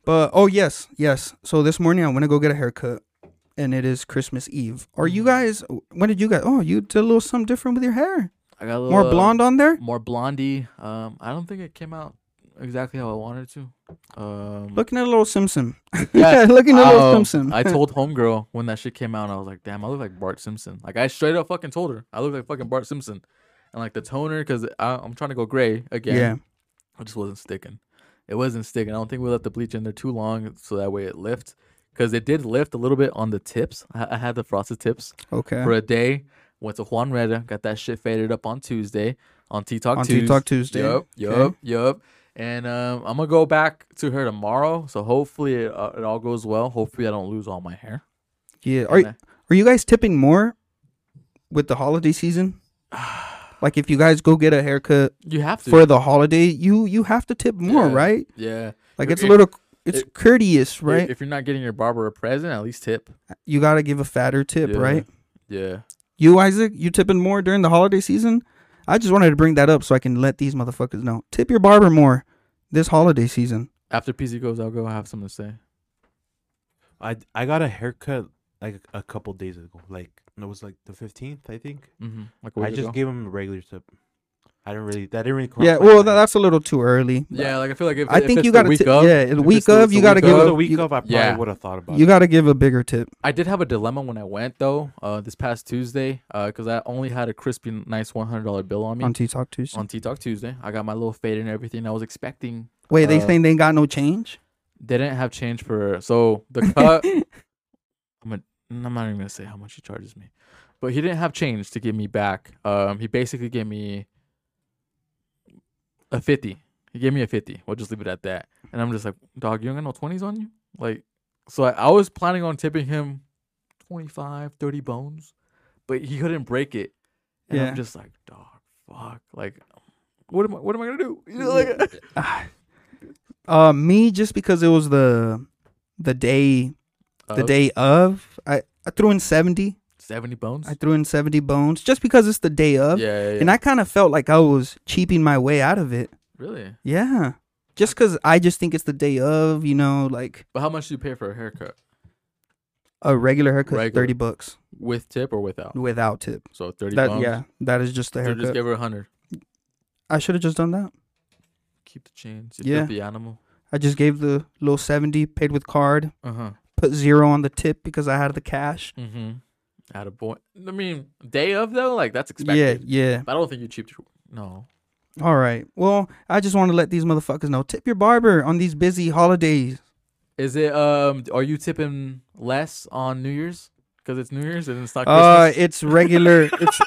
But oh yes, yes. So this morning I went to go get a haircut, and it is Christmas Eve. Are Mm. you guys? When did you guys? Oh, you did a little something different with your hair. I got a little More uh, blonde on there. more blondie. Um, I don't think it came out exactly how I wanted it to. Um, Looking at a little Simpson. *laughs* Yeah, Looking at a little um, Simpson. *laughs* I told homegirl when that shit came out, I was like, damn, I look like Bart Simpson. Like I straight up fucking told her, I look like fucking Bart Simpson. And like the toner, cause I, I'm trying to go gray again. Yeah. It just wasn't sticking. It wasn't sticking. I don't think we left the bleach in there too long, so that way it lifts. Cause it did lift a little bit on the tips. I, I had the frosted tips Okay. for a day. Went to Juan Reda, got that shit faded up on Tuesday on T Talk On Tuesday. Tea Talk Tuesday, Yup, yup, okay. yup. And um, I'm gonna go back to her tomorrow. So hopefully it, uh, it all goes well. Hopefully I don't lose all my hair. Yeah. Are And, uh, Are you guys tipping more with the holiday *sighs* season? like if you guys go get a haircut you have to. for the holiday, you you have to tip more, Yeah. right? yeah. Like If- it's a if- little it's if- courteous, if- right? If, you're not getting your barber a present, at least tip. you got to give a fatter tip, Yeah. right? Yeah. You Isaac, you tipping more during the holiday season? I just wanted to bring that up so I can let these motherfuckers know. Tip your barber more this holiday season. After PZ goes, I'll go have something to say. I I got a haircut like a couple days ago. Like it was like the fifteenth, I think. Mm-hmm. Like a I week just ago. gave him a regular tip. I didn't really. That didn't really. yeah, cross my well, tha- mind. that's a little too early. yeah, like I feel like if I if think it's you the got to week tip. of, Yeah, the if week it's the- of the you got to week If it give was of, a a week you, of, I probably yeah. would have thought about you it. got to give a bigger tip. I did have a dilemma when I went though, uh, this past Tuesday, because I only had a crispy, nice one hundred dollar bill on me on T Talk Tuesday. on T Talk Tuesday. I got my little fade and everything. I was expecting Wait, they uh, saying they ain't got no change? they didn't have change for so *laughs* the cut. I'm, gonna, I'm not even gonna say how much he charges me, but he didn't have change to give me back. Um, he basically gave me a fifty. He gave me a fifty. We'll just leave it at that. And I'm just like, dog, you don't got no twenties on you, like. So I, I was planning on tipping him 25, 30 bones, but he couldn't break it. And Yeah. I'm just like, dog, fuck, like, what am I? What am I gonna do? *laughs* You know, like, Uh, me just because it was the the day the Uh, day of. I I threw in seventy. seventy bones. I threw in seventy bones just because it's the day yeah, of, yeah, yeah. and I kind of felt like I was cheaping my way out of it. really. Yeah, Just because I just think it's the day of, you know, like But how much do you pay for a haircut? a regular haircut, is Regular. thirty bucks With tip or without? without tip. So thirty That bucks. yeah, that is just the So just haircut. give her a hundred. I should have just done that. Keep the change. Yeah. Yeah. The animal. I just gave the low seventy, paid with card, Uh huh. put zero on the tip because I had the cash. Mm-hmm. At a boy. I mean, day of though, like that's expected. Yeah, yeah. But I don't think you cheap. No. All right. Well, I just want to let these motherfuckers know. Tip your barber on these busy holidays. Is it um? Are you tipping less on New Year's because it's New Year's and it's not Uh, Christmas? it's regular. *laughs* It's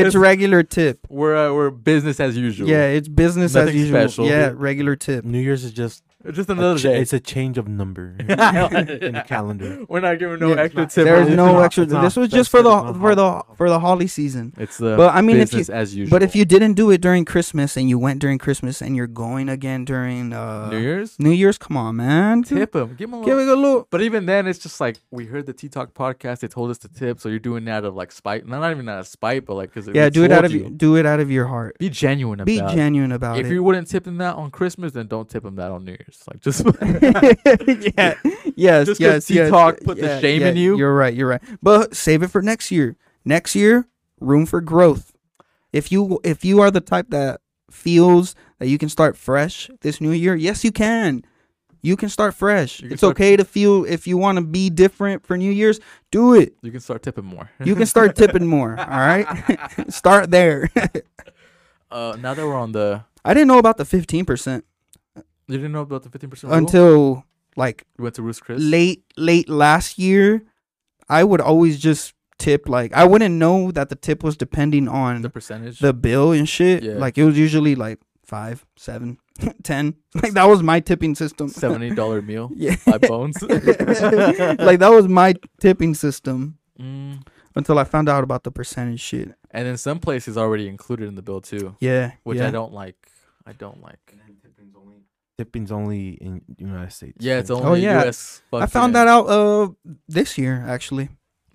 it's regular tip. we're uh, we're business as usual. Yeah, it's business as Nothing usual. special. Yeah, regular tip. New Year's is just It's just a another ch- day. it's a change of number *laughs* in the calendar. We're not giving no Yeah, extra it's tip. not- There's It's no not- extra. it's not This was just for the festive, for it's not the holiday. for the holly season. It's the But I mean, if you- business as usual. But if you didn't do it during Christmas and you went during Christmas and you're going again during uh, New Year's, New Year's, come on, man. tip him. Give him a Give little. it a look. But even then, it's just like we heard the T Talk podcast. They told us to tip, so you're doing that of like spite. No, not even out of spite, but like because Yeah, do it out of you. do it out of your heart. Be genuine Be about it. genuine about If it. you wouldn't tip him that on Christmas, then don't tip him that on New Year's. Like *laughs* just *laughs* yeah. *laughs* Yes. Just 'cause yes. yes, TikTok put the yeah, shame yeah, in you. You're right. You're right. But save it for next year. Next year, room for growth. If you if you are the type that feels that you can start fresh this new year, yes, you can. You can start fresh. You can it's start- okay to feel if you want to be different for New Year's. Do it. you can start tipping more. You can start tipping more. All right. *laughs* start there. *laughs* Uh, now that we're on the, I didn't know about the fifteen percent you didn't know about the fifteen percent until like you went to Roost Chris. late late last year, I would always just tip like I wouldn't know that the tip was depending on the the, percentage. bill and shit. Yeah. Like it was usually like five, seven, *laughs* ten. Like that was my tipping system. seventy dollar meal *laughs* yeah. *laughs* by Bones. like that was my tipping system *laughs* Mm. until I found out about the percentage shit. And then some places already included in the bill too, Yeah. which yeah. I don't like. I don't like. Tipping's only in the United States. Yeah, it's so- only Oh, yeah. U.S. I found that out uh this year actually.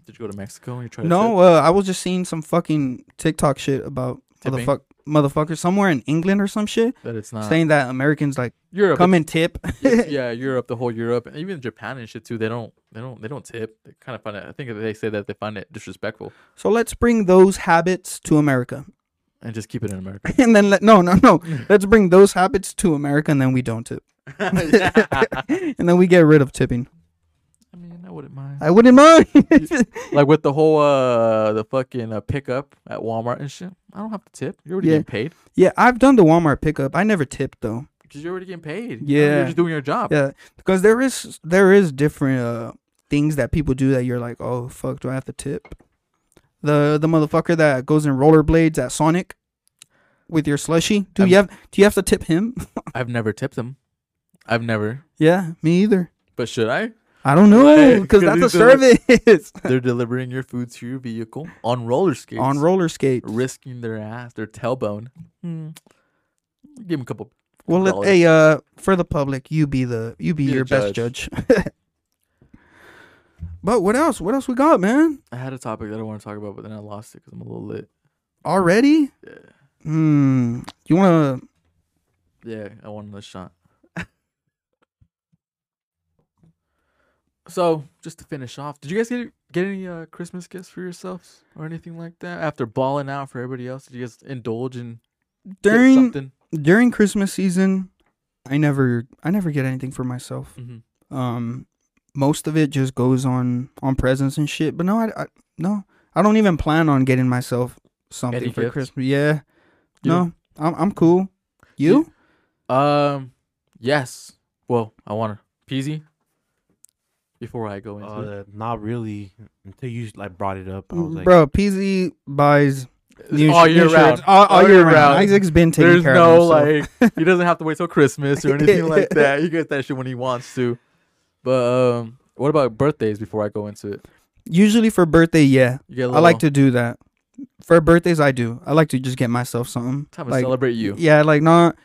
Did you go to Mexico and you try to No, uh, I was just seeing some fucking TikTok shit about Tipping? motherfuck motherfucker somewhere in England or some shit. tip? that it's not saying that Americans like Europe. come and tip. *laughs* *laughs* it's- yeah, Europe, the whole Europe, and even Japan and shit too. They don't, they don't, they don't tip. They kind of find it. I think they say that they find it disrespectful so let's bring those habits to America, *laughs* and just keep it in America. and then let no no no. let's bring those habits to America, and then we don't tip, *laughs* and then we get rid of tipping. I mean, I wouldn't mind. I wouldn't mind. *laughs* like with the whole uh the fucking uh, pickup at Walmart and shit. I don't have to tip. You're already Yeah. getting paid. yeah, I've done the Walmart pickup. I never tipped though. Cause you're already getting paid. You know, Yeah. you're just doing your job. Yeah, because there is there is different uh things that people do that you're like, oh fuck, do I have to tip? The the motherfucker that goes in rollerblades at Sonic with your slushy. Do you have do you have to tip him? *laughs* I've never tipped them. I've never. yeah, me either. But should I? I don't know Right, because 'cause that's a he's doing service *laughs* *laughs* They're delivering your food to your vehicle on roller skates. on roller skates. risking their ass, their tailbone. Hmm. Give them a couple. Well, let, dollars. hey, uh, for the public, you be the you be, Be the your best judge. *laughs* but what else? What else we got, man? I had a topic that I want to talk about, but then I lost it because I'm a little lit. Already? Yeah. Hmm. You wanna? Yeah, I won another shot. so, just to finish off, did you guys get get any uh, Christmas gifts for yourselves or anything like that? After balling out for everybody else, did you guys indulge in get during something? during Christmas season, I never I never get anything for myself. Mhm. Um, most of it just goes on on presents and shit. But no, I, I no, I don't even plan on getting myself something Any for gifts? Christmas. Yeah, You no, I'm I'm cool. You? Um, yes. Well, I want to peasy. Before I go into it. Uh, not really until you like brought it up. I was like, Mm, bro, PZ buys It's new all sh- year new shirts round. All, all year round. There's Isaac's been taking care no of himself. like *laughs* he doesn't have to wait till Christmas or anything like that. He gets that shit when he wants to. But um, what about birthdays? Before I go into it, Usually for birthday, yeah, you get a I like little- to do that. For birthdays, I do. I like to just get myself something. time to like, celebrate you. Yeah, like not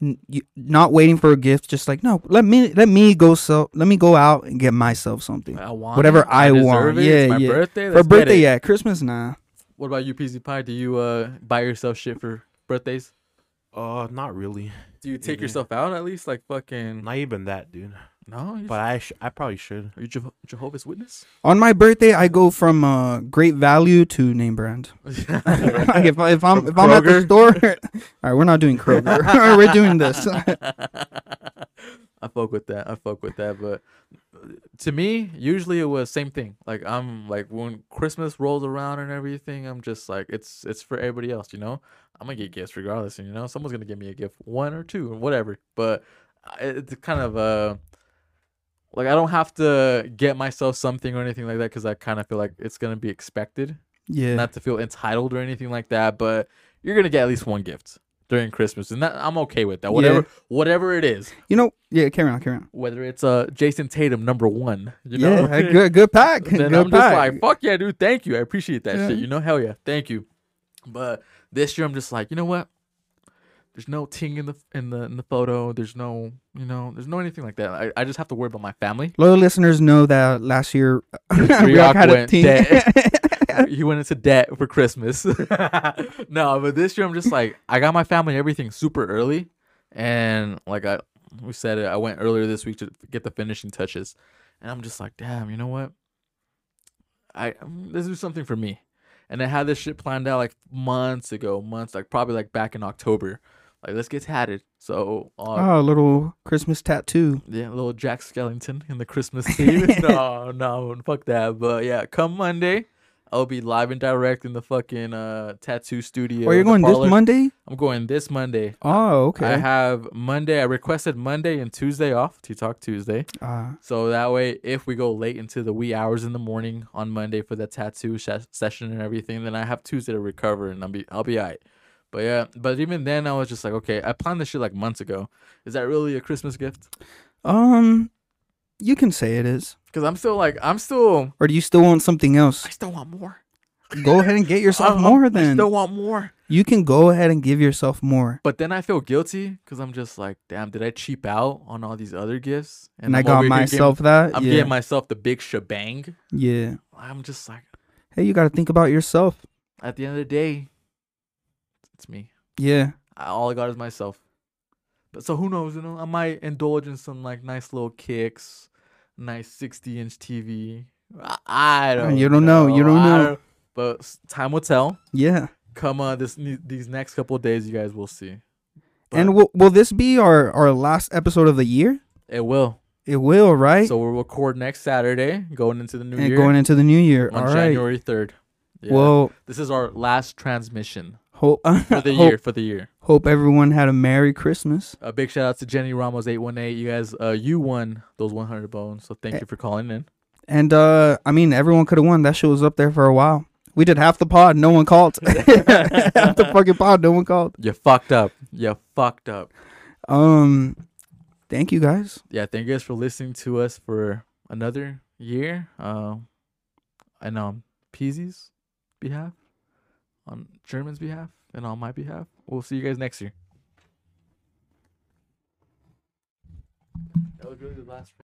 n- you- not waiting for a gift. Just like no, let me let me go so let me go out and get myself something. I want Whatever it. I, I deserve want. It. Yeah, it's my yeah. birthday. for let's get birthday, it. yeah. Christmas, nah. What about you, PZ Pie? Do you uh buy yourself shit for birthdays? Uh, not really. Do you take Yeah. yourself out at least? Like fucking Not even that, dude. no. You But I sh- I probably should. are you Jeho- *laughs* Jehovah's Witness? *laughs* On my birthday, I go from uh, great value to name *laughs* brand. if, I, if I'm From if I'm at the Kroger? store, *laughs* all right, we're not doing *laughs* Kroger. *laughs* we're doing this. I fuck with that. I fuck with that. But uh, to me, usually it was same thing. Like I'm like when Christmas rolls around and everything, I'm just like it's it's for everybody else. You know, I'm gonna get gifts regardless. You know, someone's gonna give me a gift, one or two or whatever. But I- it's kind of uh like I don't have to get myself something or anything like that because I kind of feel like it's gonna be expected yeah, not to feel entitled or anything like that, but you're gonna get at least one gift during Christmas, and that, I'm okay with that. Whatever, whatever it is, you know, yeah. Carry on, carry on. whether it's uh Jason Tatum number one, you yeah, know, *laughs* hey, good good pack. then good I'm just pack. like, fuck yeah, dude, thank you, I appreciate that Yeah. shit. You know, hell yeah, thank you. But this year, I'm just like, you know what? There's no ting in the in the in the photo. There's no, you know, there's no anything like that. I, I just have to worry about my family. Loyal listeners know that last year *laughs* Rioch had a went team. *laughs* debt. *laughs* he went into debt for Christmas. *laughs* no, but this year I'm just like I got my family and everything super early, and like I we said it, I went earlier this week to get the finishing touches, and I'm just like, damn, you know what? I um, this is something for me, and I had this shit planned out like months ago, months like probably like back in October, like let's get tatted. So uh, oh, a little Christmas tattoo. yeah, little Jack Skellington in *laughs* the Christmas theme. *laughs* no, no, fuck that. But yeah, come Monday, I'll be live and direct in the fucking uh tattoo studio. Or you're the going this parlor. Monday? I'm going this Monday. Oh, okay. I have Monday. I requested Monday and Tuesday off. T Talk Tuesday. uh, So that way, if we go late into the wee hours in the morning on Monday for the tattoo sh- session and everything, then I have Tuesday to recover and I'll be I'll be alright. But yeah, but even then, I was just like, okay, I planned this shit like months ago. Is that really a Christmas gift? um, you can say it is. Because I'm still like, I'm still, Or do you still want something else? I still want more. Go ahead and get yourself I'm- I'm- more. *laughs* I Then still want more. you can go ahead and give yourself more. But then I feel guilty because I'm just like, damn, did I cheap out on all these other gifts? And, I I'm over got here giving- myself that. I'm yeah. getting myself the big shebang. yeah. I'm just like, Hey, you got to think about yourself. at the end of the day, it's me. Yeah. I- All I got is myself. But so who knows? You know, I might indulge in some like nice little kicks, nice sixty-inch TV. I, I don't. You don't know, you don't I know. But s- time will tell. Yeah. come uh this ne- these next couple of days you guys will see and But- will, will this be our, our last episode of the year? it will It will, right? so we'll record next saturday going into the new and year going into the new year. on All right. january 3rd yeah. Well, this is our last *laughs* transmission hope for the hope, year for the year hope everyone had a merry Christmas. a big shout out to jenny ramos 818 you guys uh you won those 100 bones so Eh. thank you for calling in And uh I mean, everyone could have won. That shit was up there for a while. We did half the pod. No one called. *laughs* half the fucking pod. No one called. you fucked up you fucked up Um, thank you guys. yeah thank you guys for listening to us for another year um and um, on peasy's behalf on german's behalf and on my behalf we'll see you guys next year that was really the last one